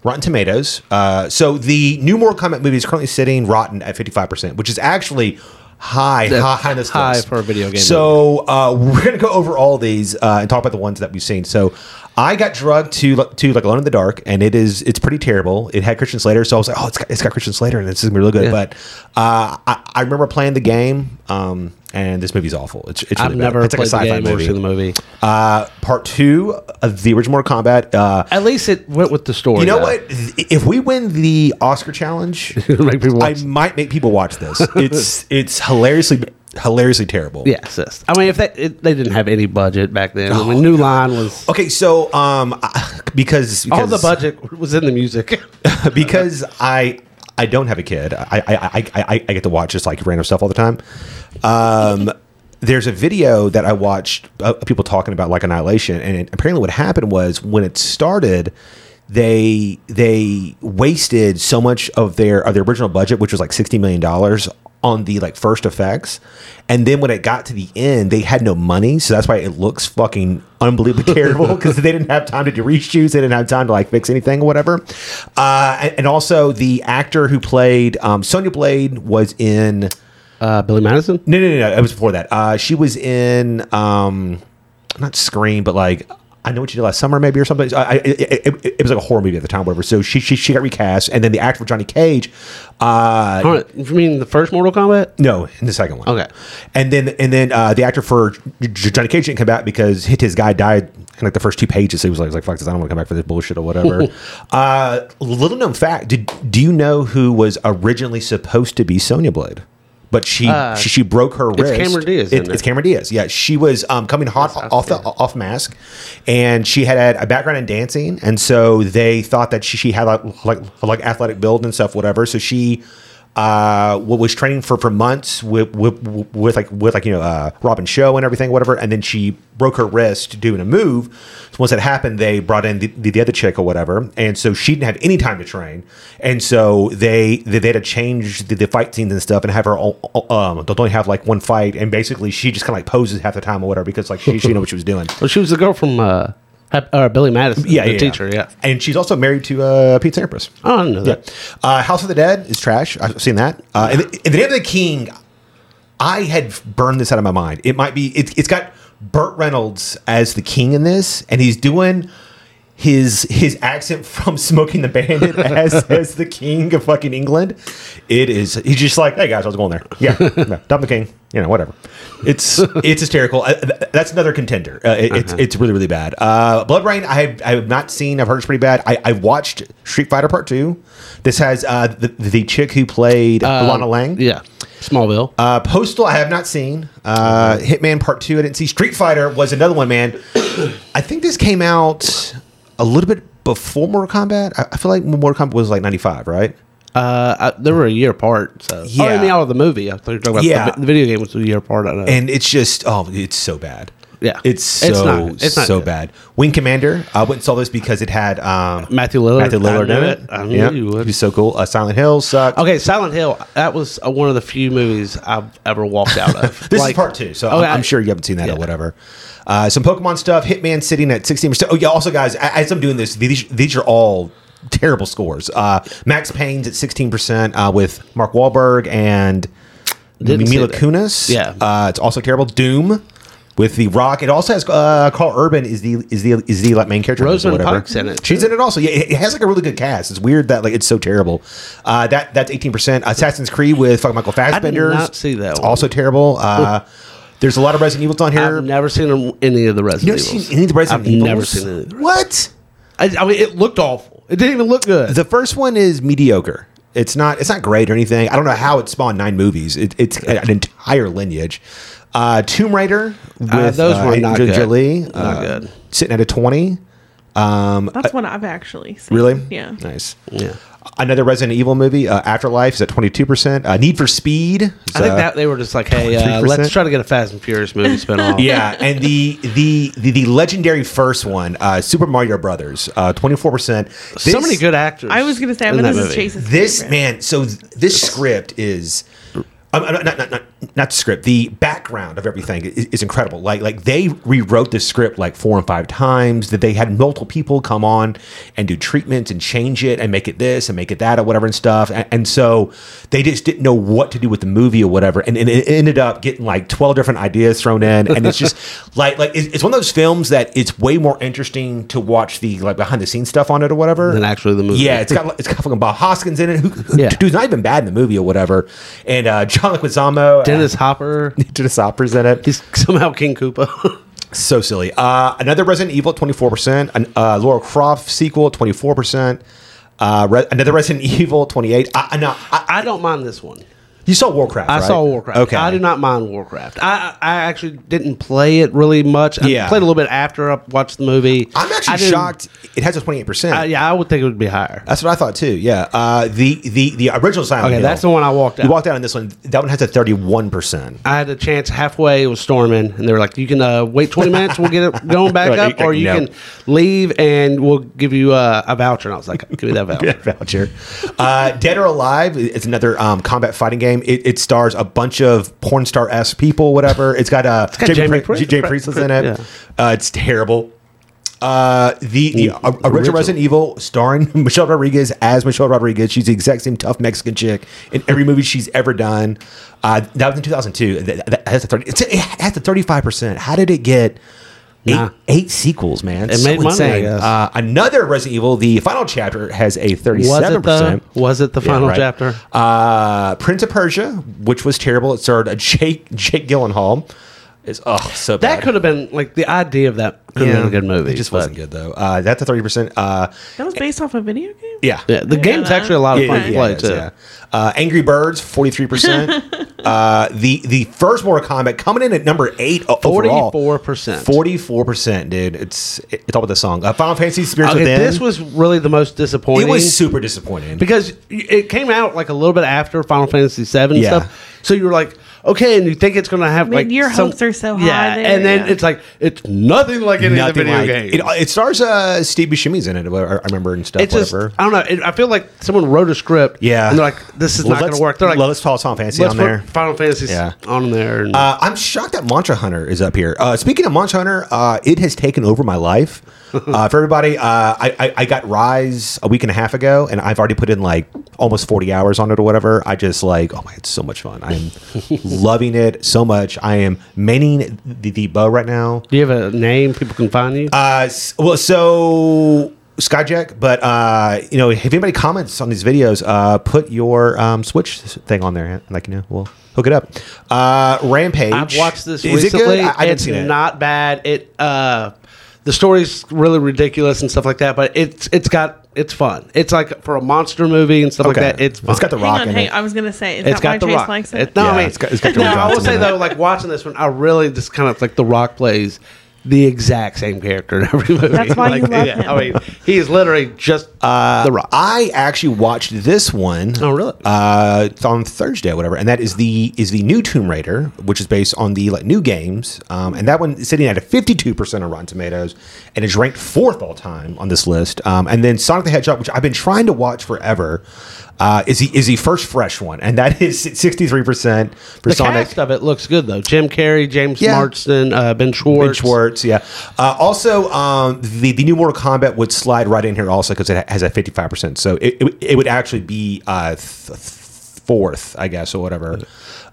[SPEAKER 1] Rotten Tomatoes. Uh, so the new Mortal Kombat movie is currently sitting rotten at fifty five percent, which is actually high,
[SPEAKER 2] That's
[SPEAKER 1] high, high in this
[SPEAKER 2] high
[SPEAKER 1] list.
[SPEAKER 2] for a video game
[SPEAKER 1] So uh, we're gonna go over all these uh, and talk about the ones that we've seen. So I got drugged to to like Alone in the Dark, and it is it's pretty terrible. It had Christian Slater, so I was like, oh, it's got, it's got Christian Slater, and this is gonna be really good.
[SPEAKER 2] Yeah.
[SPEAKER 1] But uh, I, I remember playing the game, um, and this movie's awful. It's, it's really
[SPEAKER 2] I've
[SPEAKER 1] bad.
[SPEAKER 2] never
[SPEAKER 1] it's
[SPEAKER 2] played the game or seen the movie.
[SPEAKER 1] uh, part two of the original Mortal Kombat. Uh,
[SPEAKER 2] At least it went with the story.
[SPEAKER 1] you know
[SPEAKER 2] though.
[SPEAKER 1] what? Th- If we win the Oscar challenge,
[SPEAKER 2] Make people
[SPEAKER 1] I
[SPEAKER 2] watch-
[SPEAKER 1] might make people watch this. It's it's hilariously hilariously terrible.
[SPEAKER 2] Yes, yes. I mean, if they it, they didn't have any budget back then. I mean, New Line was
[SPEAKER 1] Okay, so um, I- because, because
[SPEAKER 2] all the budget was in the music.
[SPEAKER 1] because I I don't have a kid. I I, I, I I get to watch just like random stuff all the time. Um, there's a video that I watched of people talking about like Annihilation, and it- apparently what happened was when it started. They they wasted so much of their of their original budget, which was like sixty million dollars, on the like first effects, and then when it got to the end, they had no money, so that's why it looks fucking unbelievably terrible because they didn't have time to do reshoots, they didn't have time to like fix anything or whatever. Uh, and, and also, the actor who played um, Sonya Blade was in
[SPEAKER 2] Uh, Billy Madison.
[SPEAKER 1] no, no, no, no. It was before that. Uh, she was in um, not Scream, but like I know what you did last summer, maybe or something. I, I, it, it, it was like a horror movie at the time, whatever. So she she, she got recast, and then the actor for Johnny Cage. Uh,
[SPEAKER 2] All right, you mean the first Mortal Kombat?
[SPEAKER 1] no, in the second one.
[SPEAKER 2] Okay.
[SPEAKER 1] and then and then uh, the actor for J- J- Johnny Cage didn't come back because hit his guy died in like the first two pages. So he was like, like "Fuck this! I don't want to come back for this bullshit or whatever." uh, little known fact: Did do you know who was originally supposed to be Sonya Blade? But she, she she broke her wrist.
[SPEAKER 2] Cameron Diaz,
[SPEAKER 1] It-
[SPEAKER 2] isn't it?
[SPEAKER 1] it's Cameron Diaz. Yeah, she was um, coming hot
[SPEAKER 2] That's
[SPEAKER 1] off the, off mask, and she had, had a background in dancing, and so they thought that she, she had like, like like athletic build and stuff, whatever. So she uh, wa- was training for for months with with, with like with like you know uh, Robin Show and everything, whatever, and then she broke her wrist doing a move. So once that happened, they brought in the, the, the other chick or whatever, and so she didn't have any time to train, and so they they, they had to change the, the fight scenes and stuff and have her all, all- um they'll only have like one fight, and basically she just kind of like poses half the time or whatever because like she she knew what she was doing.
[SPEAKER 2] Well, she was the girl from uh, Hap- uh, Billy Madison.
[SPEAKER 1] Yeah,
[SPEAKER 2] the
[SPEAKER 1] yeah,
[SPEAKER 2] teacher. Yeah.
[SPEAKER 1] and she's also married to uh, Pete Sampras.
[SPEAKER 2] Oh, I didn't know
[SPEAKER 1] Yeah.
[SPEAKER 2] that.
[SPEAKER 1] Uh, House of the Dead is trash. I've seen that. Uh, and, the, and the Name of the King, I had burned this out of my mind. It might be, it, it's got Burt Reynolds as the king in this, and he's doing his his accent from Smoking the Bandit as, as the king of fucking England. It is, he's just like, hey guys, I was going there. Yeah, no, Dom the King, you know, whatever. It's it's hysterical. Uh, th- that's another contender. Uh, it, It's it's really, really bad. Uh, Blood Rain, I have, I have not seen. I've heard it's pretty bad. I, I watched Street Fighter Part 2. This has uh, the, the chick who played
[SPEAKER 2] Um,
[SPEAKER 1] Lana Lang.
[SPEAKER 2] Yeah. Smallville.
[SPEAKER 1] Uh, Postal, I have not seen. Uh, Hitman Part Two, I didn't see. Street Fighter was another one, man. I think this came out a little bit before Mortal Kombat. I, I feel like Mortal Kombat was like '95, right?
[SPEAKER 2] Uh, I, they were a year apart. So. Oh, I
[SPEAKER 1] Yeah.
[SPEAKER 2] mean, out of the movie. I thought you were talking about
[SPEAKER 1] Yeah.
[SPEAKER 2] the, vi- the video game was a year apart. I know.
[SPEAKER 1] And it's just, oh, it's so bad.
[SPEAKER 2] Yeah.
[SPEAKER 1] it's so
[SPEAKER 2] It's not- it's not
[SPEAKER 1] so
[SPEAKER 2] good.
[SPEAKER 1] bad. Wing Commander, I went and saw this because it had um,
[SPEAKER 2] Matthew Lillard.
[SPEAKER 1] Matthew Lillard
[SPEAKER 2] I
[SPEAKER 1] in
[SPEAKER 2] knew
[SPEAKER 1] it.
[SPEAKER 2] it. I knew you would.
[SPEAKER 1] He's so cool. Uh, Silent Hill sucked.
[SPEAKER 2] Okay, Silent Hill. That was uh, one of the few movies I've ever walked out of.
[SPEAKER 1] This
[SPEAKER 2] Like-
[SPEAKER 1] is part two, so
[SPEAKER 2] Okay,
[SPEAKER 1] I'm, I'm sure you haven't seen that or
[SPEAKER 2] yeah.
[SPEAKER 1] whatever. Uh, some Pokemon stuff. Hitman sitting at 16%. Oh yeah. Also, guys, a- as I'm doing this, these these are all terrible scores. Uh, Max Payne's at 16% uh, with Mark Wahlberg and
[SPEAKER 2] Didn't see
[SPEAKER 1] Mila
[SPEAKER 2] that.
[SPEAKER 1] Kunis.
[SPEAKER 2] Yeah.
[SPEAKER 1] Uh, it's also terrible. Doom. with The Rock. It also has uh, Carl Urban is the is the is the like, main character. in this or
[SPEAKER 2] Rosamund
[SPEAKER 1] whatever.
[SPEAKER 2] Pike's in it,
[SPEAKER 1] She's in it also. Yeah, it it has like a really good cast. It's weird that like it's so terrible. Uh, that that's eighteen percent. Assassin's Creed with fucking Michael Fassbender.
[SPEAKER 2] not see that
[SPEAKER 1] It's
[SPEAKER 2] one.
[SPEAKER 1] also terrible. Uh, there's a lot of Resident Evils on here.
[SPEAKER 2] I've never seen them- any of the
[SPEAKER 1] You
[SPEAKER 2] Resident
[SPEAKER 1] never
[SPEAKER 2] Evils.
[SPEAKER 1] seen any of the Resident
[SPEAKER 2] I've
[SPEAKER 1] Evils?
[SPEAKER 2] never seen any of the
[SPEAKER 1] What?
[SPEAKER 2] I, I mean, it looked awful. It didn't even look good.
[SPEAKER 1] The first one is mediocre. It's not. It's not great or anything. I don't know how it spawned nine movies. It, it's an entire lineage. Uh, Tomb Raider with
[SPEAKER 2] Uh, those
[SPEAKER 1] uh,
[SPEAKER 2] were not
[SPEAKER 1] Angelina
[SPEAKER 2] good.
[SPEAKER 1] Jolie,
[SPEAKER 2] Not
[SPEAKER 1] uh,
[SPEAKER 2] good.
[SPEAKER 1] Sitting at a twenty.
[SPEAKER 3] That's one I've actually seen.
[SPEAKER 1] Uh, Really?
[SPEAKER 3] Yeah.
[SPEAKER 1] Nice.
[SPEAKER 2] yeah.
[SPEAKER 1] Another Resident Evil movie, uh, Afterlife, is at twenty two percent. Uh, Need for Speed. is,
[SPEAKER 2] I think
[SPEAKER 1] uh,
[SPEAKER 2] that they were just like, hey, uh,
[SPEAKER 1] 23%?
[SPEAKER 2] let's try to get a Fast and Furious movie spinoff.
[SPEAKER 1] yeah, and the, the the the legendary first one, uh, Super Mario Brothers, twenty four percent.
[SPEAKER 2] so many good actors.
[SPEAKER 3] I was gonna say, I
[SPEAKER 2] in
[SPEAKER 3] mean,
[SPEAKER 2] that
[SPEAKER 3] this is
[SPEAKER 2] movie.
[SPEAKER 3] Chase's
[SPEAKER 1] this
[SPEAKER 3] favorite.
[SPEAKER 1] man so th- this script is um, uh, not, not, not, not the script the background of everything is, is incredible like like they rewrote the script like four and five times that they had multiple people come on and do treatments and change it and make it this and make it that or whatever and stuff and, and so they just didn't know what to do with the movie or whatever and, and it ended up getting like 12 different ideas thrown in and it's just like like it's, it's one of those films that it's way more interesting to watch the like behind the scenes stuff on it or whatever
[SPEAKER 2] Than actually the movie.
[SPEAKER 1] yeah it's got it's got fucking Bob Hoskins in it, who, who
[SPEAKER 2] Yeah.
[SPEAKER 1] dude's not even bad in the movie or whatever. And uh, John Leguizamo,
[SPEAKER 2] Dennis Hopper.
[SPEAKER 1] uh, Dennis Hopper's in it.
[SPEAKER 2] He's somehow King Koopa.
[SPEAKER 1] So silly. Uh, another Resident Evil, twenty four percent. Uh Laura Croft sequel, twenty four percent. Uh, Re- another Resident Evil, twenty eight. I, I, no, I,
[SPEAKER 2] I don't mind this one.
[SPEAKER 1] you saw Warcraft.
[SPEAKER 2] I
[SPEAKER 1] right?
[SPEAKER 2] saw Warcraft.
[SPEAKER 1] Okay,
[SPEAKER 2] I do not mind Warcraft. I I I actually didn't play it really much. I
[SPEAKER 1] Yeah.
[SPEAKER 2] played a little bit after I watched the movie.
[SPEAKER 1] I'm actually
[SPEAKER 2] I didn't-
[SPEAKER 1] shocked. It has a twenty eight
[SPEAKER 2] I,
[SPEAKER 1] percent.
[SPEAKER 2] yeah, I would think it would be higher.
[SPEAKER 1] That's what I thought too. Yeah. Uh, the the the original Silent
[SPEAKER 2] Okay,
[SPEAKER 1] Hill.
[SPEAKER 2] that's the one I walked out.
[SPEAKER 1] You walked out on this one. That one has a thirty one percent.
[SPEAKER 2] I had a chance halfway. It was storming, and they were like, "You can uh, wait 20 minutes. We'll get it going back
[SPEAKER 1] Like,
[SPEAKER 2] up, or you
[SPEAKER 1] no.
[SPEAKER 2] can leave, and we'll give you uh, a voucher." And I was like, "Give me that voucher."
[SPEAKER 1] voucher. Uh, Dead or Alive, it's another um, combat fighting game. It, it stars a bunch of porn star s people, whatever. It's got uh,
[SPEAKER 2] got
[SPEAKER 1] Jamie
[SPEAKER 2] Jamie
[SPEAKER 1] Pri-
[SPEAKER 2] Pri-
[SPEAKER 1] Jamie
[SPEAKER 2] Pri-
[SPEAKER 1] Priestley's
[SPEAKER 2] Pri-
[SPEAKER 1] in it.
[SPEAKER 2] yeah.
[SPEAKER 1] Uh, it's terrible. Uh, the the o- original,
[SPEAKER 2] original.
[SPEAKER 1] Resident Evil starring Michelle Rodriguez as Michelle Rodriguez. She's the exact same tough Mexican chick in every movie she's ever done. Uh, that was in 2002. That, that has a 30. It's, it has a 35. percent How did it get? Eight,
[SPEAKER 2] Nah.
[SPEAKER 1] eight sequels, man.
[SPEAKER 2] It
[SPEAKER 1] So
[SPEAKER 2] made money, I
[SPEAKER 1] insane.
[SPEAKER 2] guess.
[SPEAKER 1] Uh, another Resident Evil, the final chapter has a 30
[SPEAKER 2] Was it the
[SPEAKER 1] 7%.
[SPEAKER 2] Was it the
[SPEAKER 1] Yeah,
[SPEAKER 2] final
[SPEAKER 1] right.
[SPEAKER 2] chapter?
[SPEAKER 1] Uh, Prince of Persia, which was terrible. It starred a Jake Jake Gyllenhaal. Is oh so
[SPEAKER 2] That
[SPEAKER 1] bad.
[SPEAKER 2] could have been like the idea of that could have been a good movie.
[SPEAKER 1] It just
[SPEAKER 2] but-
[SPEAKER 1] wasn't good though. Uh, that's a thirty percent. Uh,
[SPEAKER 3] That was based off a video game?
[SPEAKER 1] yeah.
[SPEAKER 2] Yeah, the
[SPEAKER 3] Yeah,
[SPEAKER 2] game's
[SPEAKER 3] that-
[SPEAKER 2] actually a lot of
[SPEAKER 1] Yeah,
[SPEAKER 2] fun
[SPEAKER 1] yeah,
[SPEAKER 2] to
[SPEAKER 1] yeah,
[SPEAKER 2] play
[SPEAKER 1] it is,
[SPEAKER 2] too.
[SPEAKER 1] yeah. Uh, Angry Birds, forty three percent. Uh, The the first Mortal Kombat coming in at number eight o- overall.
[SPEAKER 2] 44%.
[SPEAKER 1] Forty four percent, dude. It's it's all about the song. Uh, Final Fantasy Spirits
[SPEAKER 2] Okay,
[SPEAKER 1] Within.
[SPEAKER 2] this was really the most
[SPEAKER 1] it
[SPEAKER 2] disappointing.
[SPEAKER 1] was super disappointing.
[SPEAKER 2] because it came out like a little bit after Final Fantasy VII and
[SPEAKER 1] Yeah.
[SPEAKER 2] stuff. So you're like, okay, and you think it's going to have
[SPEAKER 3] I mean,
[SPEAKER 2] like
[SPEAKER 3] your
[SPEAKER 2] some-
[SPEAKER 3] hopes are so high
[SPEAKER 2] Yeah,
[SPEAKER 3] there,
[SPEAKER 2] and then
[SPEAKER 3] yeah.
[SPEAKER 2] it's like it's nothing like any of the
[SPEAKER 1] nothing
[SPEAKER 2] video
[SPEAKER 1] like
[SPEAKER 2] games.
[SPEAKER 1] it, it stars uh, Steve Buscemi's in it. I I remember and stuff.
[SPEAKER 2] it's just
[SPEAKER 1] whatever.
[SPEAKER 2] I don't know. It, I feel like someone wrote a script.
[SPEAKER 1] Yeah.
[SPEAKER 2] and they're like, this is
[SPEAKER 1] Well,
[SPEAKER 2] not going
[SPEAKER 1] let's-
[SPEAKER 2] to work. They're like,
[SPEAKER 1] let's toss Tom Fantasy
[SPEAKER 2] let's
[SPEAKER 1] on
[SPEAKER 2] put
[SPEAKER 1] there.
[SPEAKER 2] Final Fantasy
[SPEAKER 1] Yeah.
[SPEAKER 2] on there. and-
[SPEAKER 1] Uh, I'm shocked that Mantra Hunter is up here. Uh, speaking of Mantra Hunter, uh, it has taken over my life. Uh, for everybody, uh, I, I, I got Rise a week and a half ago, and I've already put in like almost 40 hours on it or whatever. I just like, oh my, it's so much fun. I'm loving it so much. I am manning the, the bow right now.
[SPEAKER 2] Do you have a name people can find you?
[SPEAKER 1] Uh, s- well, so Skyjack, but uh, you know, if anybody comments on these videos, uh, put your um, Switch thing on there, like you know, we'll hook it up. Uh, Rampage.
[SPEAKER 2] I've watched this
[SPEAKER 1] Is
[SPEAKER 2] recently.
[SPEAKER 1] It good? I, I haven't
[SPEAKER 2] it's
[SPEAKER 1] seen it.
[SPEAKER 2] not bad. It uh, the story's really ridiculous and stuff like that, but it's it's got it's fun. It's like for a monster movie and stuff
[SPEAKER 1] Okay.
[SPEAKER 2] like that. It's fun.
[SPEAKER 1] it's got the
[SPEAKER 3] Hang
[SPEAKER 1] rock
[SPEAKER 3] on,
[SPEAKER 1] in
[SPEAKER 3] hey,
[SPEAKER 1] it.
[SPEAKER 3] I was gonna say, is
[SPEAKER 2] it's
[SPEAKER 3] that why
[SPEAKER 2] got the
[SPEAKER 3] Chase
[SPEAKER 2] rock.
[SPEAKER 3] likes
[SPEAKER 2] It-
[SPEAKER 3] it?
[SPEAKER 2] no,
[SPEAKER 1] Yeah,
[SPEAKER 2] I mean,
[SPEAKER 1] it's got- it's got Dwayne
[SPEAKER 2] no, I will
[SPEAKER 1] Johnson
[SPEAKER 2] say
[SPEAKER 1] in it.
[SPEAKER 2] though, like watching this one, I really just kind of like the Rock plays the exact same character in every movie.
[SPEAKER 3] That's why you
[SPEAKER 2] like,
[SPEAKER 3] love
[SPEAKER 2] yeah,
[SPEAKER 3] him.
[SPEAKER 2] I mean, he is literally just uh, the Rock.
[SPEAKER 1] Uh, I actually watched this one.
[SPEAKER 2] Oh, really?
[SPEAKER 1] Uh, it's on Thursday or whatever, and that is the is the new Tomb Raider, which is based on the like new games, um, and that one is sitting at a fifty two percent on Rotten Tomatoes, and is ranked fourth all time on this list. Um, and then Sonic the Hedgehog, which I've been trying to watch forever, uh, is the is the first fresh one, and that is sixty three percent for
[SPEAKER 2] the
[SPEAKER 1] Sonic.
[SPEAKER 2] cast of it looks good though. Jim Carrey, James
[SPEAKER 1] Yeah.
[SPEAKER 2] Marsden, uh, Ben Schwartz.
[SPEAKER 1] Ben Schwartz, yeah. Uh, also, um, the the new Mortal Kombat would slide right in here also because it ha- has a fifty five percent. So it, it would- it would actually be uh, th- th- fourth, I guess, or whatever.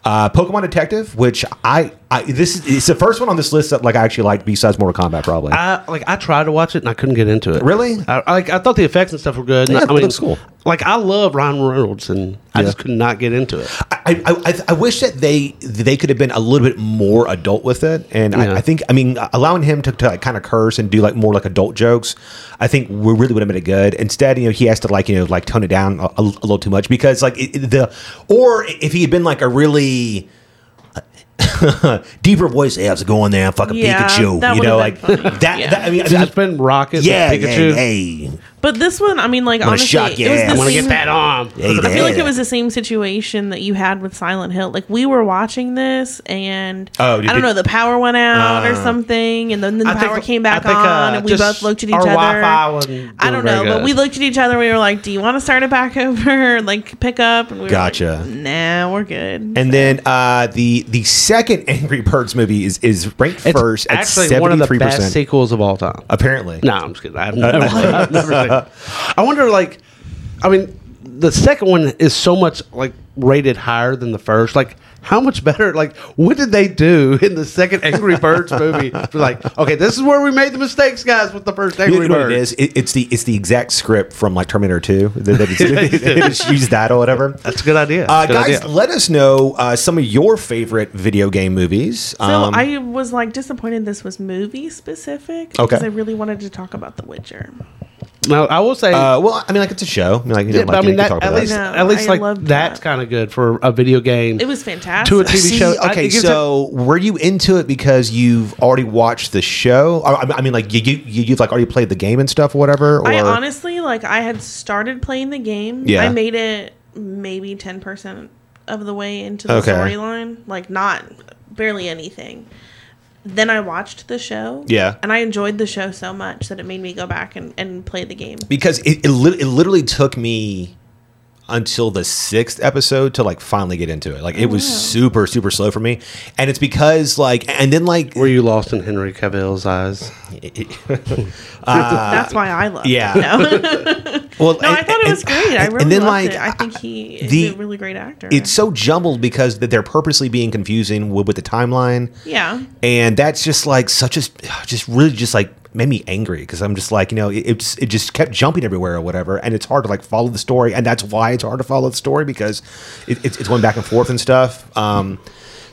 [SPEAKER 1] Uh, Pokemon Detective, which I, I this is it's the first one on this list that like I actually liked besides Mortal Kombat, probably.
[SPEAKER 2] I like I tried to watch it and I couldn't get into it.
[SPEAKER 1] Really?
[SPEAKER 2] I, I- like I thought the effects and stuff were good. and
[SPEAKER 1] Yeah,
[SPEAKER 2] I-
[SPEAKER 1] it
[SPEAKER 2] I mean,
[SPEAKER 1] looks cool.
[SPEAKER 2] Like I love Ryan Reynolds and I
[SPEAKER 1] Yeah.
[SPEAKER 2] just could not get into it.
[SPEAKER 1] I, I, I, I wish that they they could have been a little bit more adult with it, and
[SPEAKER 2] Yeah.
[SPEAKER 1] I, I think I mean allowing him to, to like kind of curse and do like more like adult jokes, I think we really would have made it good. Instead, you know, he has to like you know like tone it down a, a little too much because like it, it- the or if he had been like a really deeper voice, hey, how's it going there? I'm fucking
[SPEAKER 3] Yeah,
[SPEAKER 1] Pikachu,
[SPEAKER 3] that
[SPEAKER 1] you
[SPEAKER 3] would
[SPEAKER 1] know, like
[SPEAKER 3] have been funny.
[SPEAKER 1] that,
[SPEAKER 3] Yeah.
[SPEAKER 1] that. I mean, I,
[SPEAKER 2] It's just been Rocket,
[SPEAKER 1] yeah,
[SPEAKER 2] yeah,
[SPEAKER 1] yeah,
[SPEAKER 2] Pikachu.
[SPEAKER 1] hey,
[SPEAKER 3] But this one, I mean, like
[SPEAKER 1] gonna
[SPEAKER 3] honestly,
[SPEAKER 1] shock your
[SPEAKER 3] it
[SPEAKER 1] ass. I'm
[SPEAKER 3] was the
[SPEAKER 2] I want to
[SPEAKER 3] same,
[SPEAKER 2] get that arm.
[SPEAKER 1] hey,
[SPEAKER 3] I feel like
[SPEAKER 1] there.
[SPEAKER 3] it was the same situation that you had with Silent Hill. Like we were watching this, and
[SPEAKER 1] Oh,
[SPEAKER 3] I
[SPEAKER 1] did
[SPEAKER 3] don't
[SPEAKER 1] you-
[SPEAKER 3] know, the power went out or
[SPEAKER 1] Uh.
[SPEAKER 3] something, and then, the
[SPEAKER 2] I think-
[SPEAKER 3] power came back
[SPEAKER 2] I think, uh,
[SPEAKER 3] on, and we
[SPEAKER 2] just
[SPEAKER 3] both looked at each
[SPEAKER 2] our
[SPEAKER 3] other.
[SPEAKER 2] Wi-Fi wasn't
[SPEAKER 3] I
[SPEAKER 2] doing
[SPEAKER 3] don't know,
[SPEAKER 2] very
[SPEAKER 3] but
[SPEAKER 2] good.
[SPEAKER 3] we looked at each other. and We were like, "Do you want to start it back over? like pick up?" And we were
[SPEAKER 1] Gotcha.
[SPEAKER 3] Like, nah, we're good.
[SPEAKER 1] And then uh, the the second Angry Birds movie is is ranked
[SPEAKER 2] It's
[SPEAKER 1] first at
[SPEAKER 2] actually one
[SPEAKER 1] seventy
[SPEAKER 2] of the
[SPEAKER 1] three
[SPEAKER 2] best
[SPEAKER 1] percent.
[SPEAKER 2] sequels of all time.
[SPEAKER 1] Apparently,
[SPEAKER 2] No, I'm just kidding. I've never, I've never seen it. I wonder, like, I mean, the second one is so much like rated higher than the first. Like, how much better? Like, what did they do in the second Angry Birds movie? For like, okay, this is where we made the mistakes, guys, with the first
[SPEAKER 1] You
[SPEAKER 2] Angry
[SPEAKER 1] know what
[SPEAKER 2] Birds.
[SPEAKER 1] it is? It, it's the it's the exact script from like Terminator Two. They, they, just, they just use that or whatever.
[SPEAKER 2] That's a good idea.
[SPEAKER 1] Uh,
[SPEAKER 2] Good
[SPEAKER 1] guys,
[SPEAKER 2] idea.
[SPEAKER 1] let us know uh, some of your favorite video game movies.
[SPEAKER 3] So
[SPEAKER 1] Um,
[SPEAKER 3] I was like disappointed this was movie specific
[SPEAKER 1] Okay.
[SPEAKER 3] because I really wanted to talk about The Witcher.
[SPEAKER 2] now I will say.
[SPEAKER 1] uh, well, I mean, like it's a show. I mean, like, you
[SPEAKER 2] yeah,
[SPEAKER 1] know,
[SPEAKER 2] but
[SPEAKER 1] like,
[SPEAKER 2] I
[SPEAKER 1] you
[SPEAKER 2] mean,
[SPEAKER 1] can
[SPEAKER 2] that,
[SPEAKER 1] talk
[SPEAKER 2] at
[SPEAKER 1] about
[SPEAKER 2] least,
[SPEAKER 1] that.
[SPEAKER 3] No,
[SPEAKER 2] at least,
[SPEAKER 3] I
[SPEAKER 2] like
[SPEAKER 3] loved
[SPEAKER 2] that's
[SPEAKER 3] that.
[SPEAKER 2] kind of good for a video game.
[SPEAKER 3] It was fantastic.
[SPEAKER 2] To a TV
[SPEAKER 1] See,
[SPEAKER 2] show. I-
[SPEAKER 1] okay,
[SPEAKER 2] it gives
[SPEAKER 1] so were you into it because you've already watched the show? Or, I I mean, like you, you you've like already played the game and stuff, or whatever. Or
[SPEAKER 3] I honestly like I had started playing the game.
[SPEAKER 1] Yeah.
[SPEAKER 3] I made it maybe ten percent of the way into the
[SPEAKER 1] Okay.
[SPEAKER 3] storyline. Like not barely anything. Then I watched the show.
[SPEAKER 1] Yeah.
[SPEAKER 3] And I enjoyed the show so much that it made me go back and, and play the game.
[SPEAKER 1] because it it, lit it literally took me until the sixth episode to like finally get into it. Like it was super super slow for me, and it's because like and then like uh,
[SPEAKER 2] Were you lost in Henry Cavill's eyes?
[SPEAKER 3] That's why I love
[SPEAKER 1] Uh, yeah.
[SPEAKER 3] it. No.
[SPEAKER 1] well,
[SPEAKER 3] no, I thought it was great. I really
[SPEAKER 1] and then
[SPEAKER 3] loved
[SPEAKER 1] like uh,
[SPEAKER 3] it. I think he is
[SPEAKER 1] the-
[SPEAKER 3] a really great actor.
[SPEAKER 1] it's so jumbled because that they're purposely being confusing with, with the timeline,
[SPEAKER 3] yeah.
[SPEAKER 1] and that's just like such as just really just like made me angry because I'm just like you know it, it's it just kept jumping everywhere or whatever, and it's hard to like follow the story, and that's why it's hard to follow the story because it, it's it's going back and forth and stuff. Um,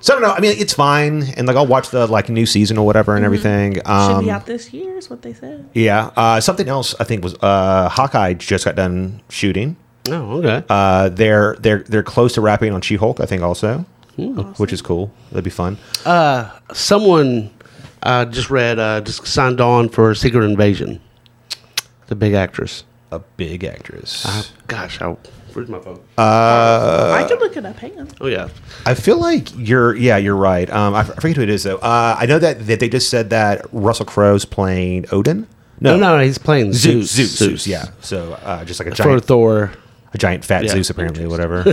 [SPEAKER 1] so I don't know. I mean, it's fine, and like I'll watch the like new season or whatever and everything.
[SPEAKER 3] Mm-hmm. Should
[SPEAKER 1] Um,
[SPEAKER 3] be out this year is what they said.
[SPEAKER 1] yeah, uh, something else I think was uh, Hawkeye just got done shooting.
[SPEAKER 2] No, okay.
[SPEAKER 1] Uh, they're they're they're close to wrapping on She-Hulk, I think, also, oh, which is cool. That'd be fun.
[SPEAKER 2] someone uh, just read uh, just signed on for Secret Invasion. The big actress. Uh,
[SPEAKER 1] A big actress.
[SPEAKER 2] Gosh, I, where's my phone?
[SPEAKER 1] Uh,
[SPEAKER 3] I could look it up. Hang on.
[SPEAKER 2] oh yeah,
[SPEAKER 1] I feel like you're. Yeah, you're right. Um, I f- I forget who it is though. Uh, I know that, that they just said that Russell Crowe's playing Odin.
[SPEAKER 2] no, no, he's playing
[SPEAKER 1] Zeus,
[SPEAKER 2] Zeus.
[SPEAKER 1] Zeus, Zeus. Yeah. So uh, just like a
[SPEAKER 2] for
[SPEAKER 1] giant,
[SPEAKER 2] Thor.
[SPEAKER 1] a giant fat
[SPEAKER 2] Yeah.
[SPEAKER 1] Zeus, apparently. Whatever.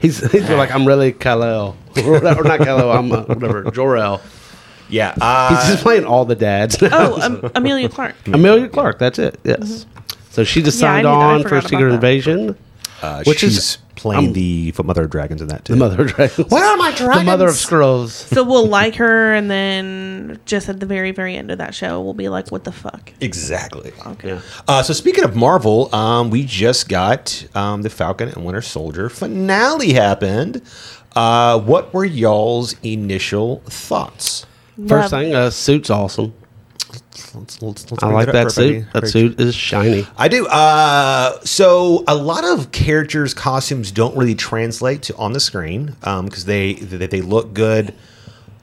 [SPEAKER 2] He's he's like I'm really Kal-El or not Kal-El. I'm uh, whatever Jor-El.
[SPEAKER 1] yeah.
[SPEAKER 2] He's
[SPEAKER 1] Uh,
[SPEAKER 2] just playing all the dads.
[SPEAKER 3] Oh, um, Amelia Clark.
[SPEAKER 2] Amelia Clark. That's it. Yes. So she just
[SPEAKER 3] Mm-hmm. Yeah, I
[SPEAKER 2] signed
[SPEAKER 3] knew that. I
[SPEAKER 2] on for
[SPEAKER 3] forgot about
[SPEAKER 2] Secret
[SPEAKER 3] that.
[SPEAKER 2] Invasion.
[SPEAKER 1] uh,
[SPEAKER 2] which
[SPEAKER 1] she's
[SPEAKER 2] is-
[SPEAKER 1] playing
[SPEAKER 2] I'm-
[SPEAKER 1] the f- mother of dragons in that too.
[SPEAKER 2] The mother of dragons.
[SPEAKER 1] What are my dragons?
[SPEAKER 2] The mother of Skrulls.
[SPEAKER 3] So we'll like her, and then just at the very, very end of that show, we'll be like, "What the fuck?"
[SPEAKER 1] Exactly.
[SPEAKER 2] Yeah.
[SPEAKER 1] Uh, so speaking of Marvel, um, we just got um, the Falcon and Winter Soldier finale happened. Uh, what were y'all's initial thoughts?
[SPEAKER 2] First
[SPEAKER 3] Love-
[SPEAKER 2] thing, uh, suit's awesome.
[SPEAKER 1] Let's- let's- let's
[SPEAKER 2] I
[SPEAKER 1] bring
[SPEAKER 2] like
[SPEAKER 1] up
[SPEAKER 2] that
[SPEAKER 1] for everybody.
[SPEAKER 2] suit. That suit is shiny.
[SPEAKER 1] I do. Uh, so a lot of characters' costumes don't really translate to on the screen because they, they they look good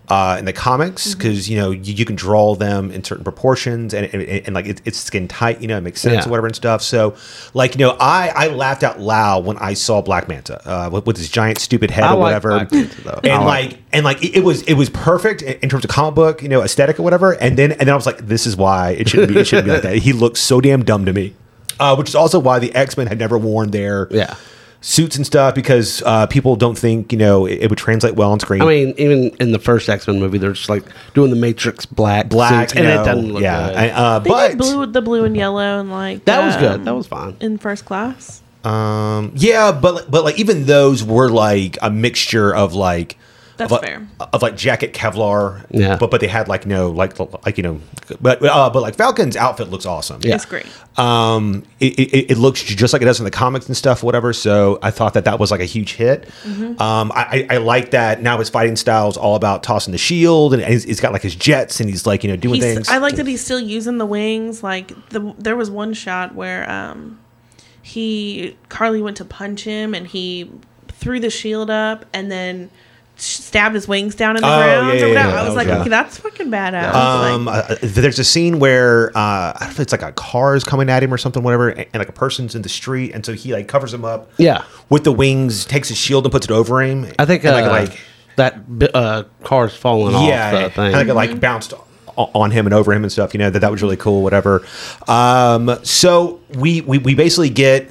[SPEAKER 1] uh, in the comics
[SPEAKER 2] Mm-hmm.
[SPEAKER 1] because you know you, you can draw them in certain proportions and and, and, like it, it's skin tight, you know, it makes sense
[SPEAKER 2] Yeah.
[SPEAKER 1] or whatever and stuff. So like you know, I I laughed out loud when I saw Black Manta uh, with, with his giant stupid head
[SPEAKER 2] I
[SPEAKER 1] or
[SPEAKER 2] like
[SPEAKER 1] whatever,
[SPEAKER 2] Black Manta, though. I
[SPEAKER 1] and
[SPEAKER 2] like
[SPEAKER 1] like and like it, it was it was perfect in, in terms of comic book you know aesthetic or whatever and then and then i was like this is why it shouldn't be it shouldn't be like that he looks so damn dumb to me uh, which is also why the x-men had never worn their
[SPEAKER 2] Yeah.
[SPEAKER 1] suits and stuff because uh, people don't think you know it, it would translate well on screen
[SPEAKER 2] I mean, even in the first X Men movie, they're just like doing the Matrix black,
[SPEAKER 1] black
[SPEAKER 2] suits,
[SPEAKER 1] you
[SPEAKER 2] and
[SPEAKER 1] know,
[SPEAKER 2] it doesn't look
[SPEAKER 1] yeah
[SPEAKER 2] good.
[SPEAKER 1] and, uh,
[SPEAKER 3] They
[SPEAKER 1] but
[SPEAKER 3] did blue, the blue and yellow, and like
[SPEAKER 2] that was good.
[SPEAKER 3] um,
[SPEAKER 2] That was fine.
[SPEAKER 3] in first class.
[SPEAKER 1] Um, yeah, but but like even those were like a mixture of like
[SPEAKER 3] That's
[SPEAKER 1] of, like-
[SPEAKER 3] fair.
[SPEAKER 1] of like jacket Kevlar.
[SPEAKER 2] Yeah.
[SPEAKER 1] but but they had like no like like you know, but uh, but like Falcon's outfit looks awesome.
[SPEAKER 2] Yeah.
[SPEAKER 3] It's great.
[SPEAKER 1] Um, it, it, it looks just like it does in the comics and stuff, whatever. So I thought that that was like a huge hit.
[SPEAKER 3] Mm-hmm.
[SPEAKER 1] Um, I, I I like that now his fighting style is all about tossing the shield and he's, he's got like his jets and he's like, you know, doing
[SPEAKER 3] He's,
[SPEAKER 1] things.
[SPEAKER 3] I like that he's still using the wings. Like the there was one shot where um he Carly went to punch him and he threw the shield up and then sh- stabbed his wings down in the
[SPEAKER 1] Oh,
[SPEAKER 3] ground.
[SPEAKER 1] yeah,
[SPEAKER 3] or
[SPEAKER 1] yeah,
[SPEAKER 3] whatever.
[SPEAKER 1] yeah,
[SPEAKER 3] I
[SPEAKER 1] that
[SPEAKER 3] was
[SPEAKER 1] was
[SPEAKER 3] like,
[SPEAKER 1] right.
[SPEAKER 3] okay, that's fucking badass. Like,
[SPEAKER 1] Um, uh, there's a scene where uh, I don't know if it's like a car is coming at him or something, whatever, and, and like a person's in the street, and so he like covers him up.
[SPEAKER 2] Yeah.
[SPEAKER 1] with the wings, takes his shield and puts it over him.
[SPEAKER 2] I think uh,
[SPEAKER 1] and, like like
[SPEAKER 2] that bi- uh, car's falling
[SPEAKER 1] yeah,
[SPEAKER 2] off. the
[SPEAKER 1] and,
[SPEAKER 2] thing.
[SPEAKER 1] like it like bounced o- on him and over him and stuff. You know that that was really cool, whatever. Um, so we we we basically get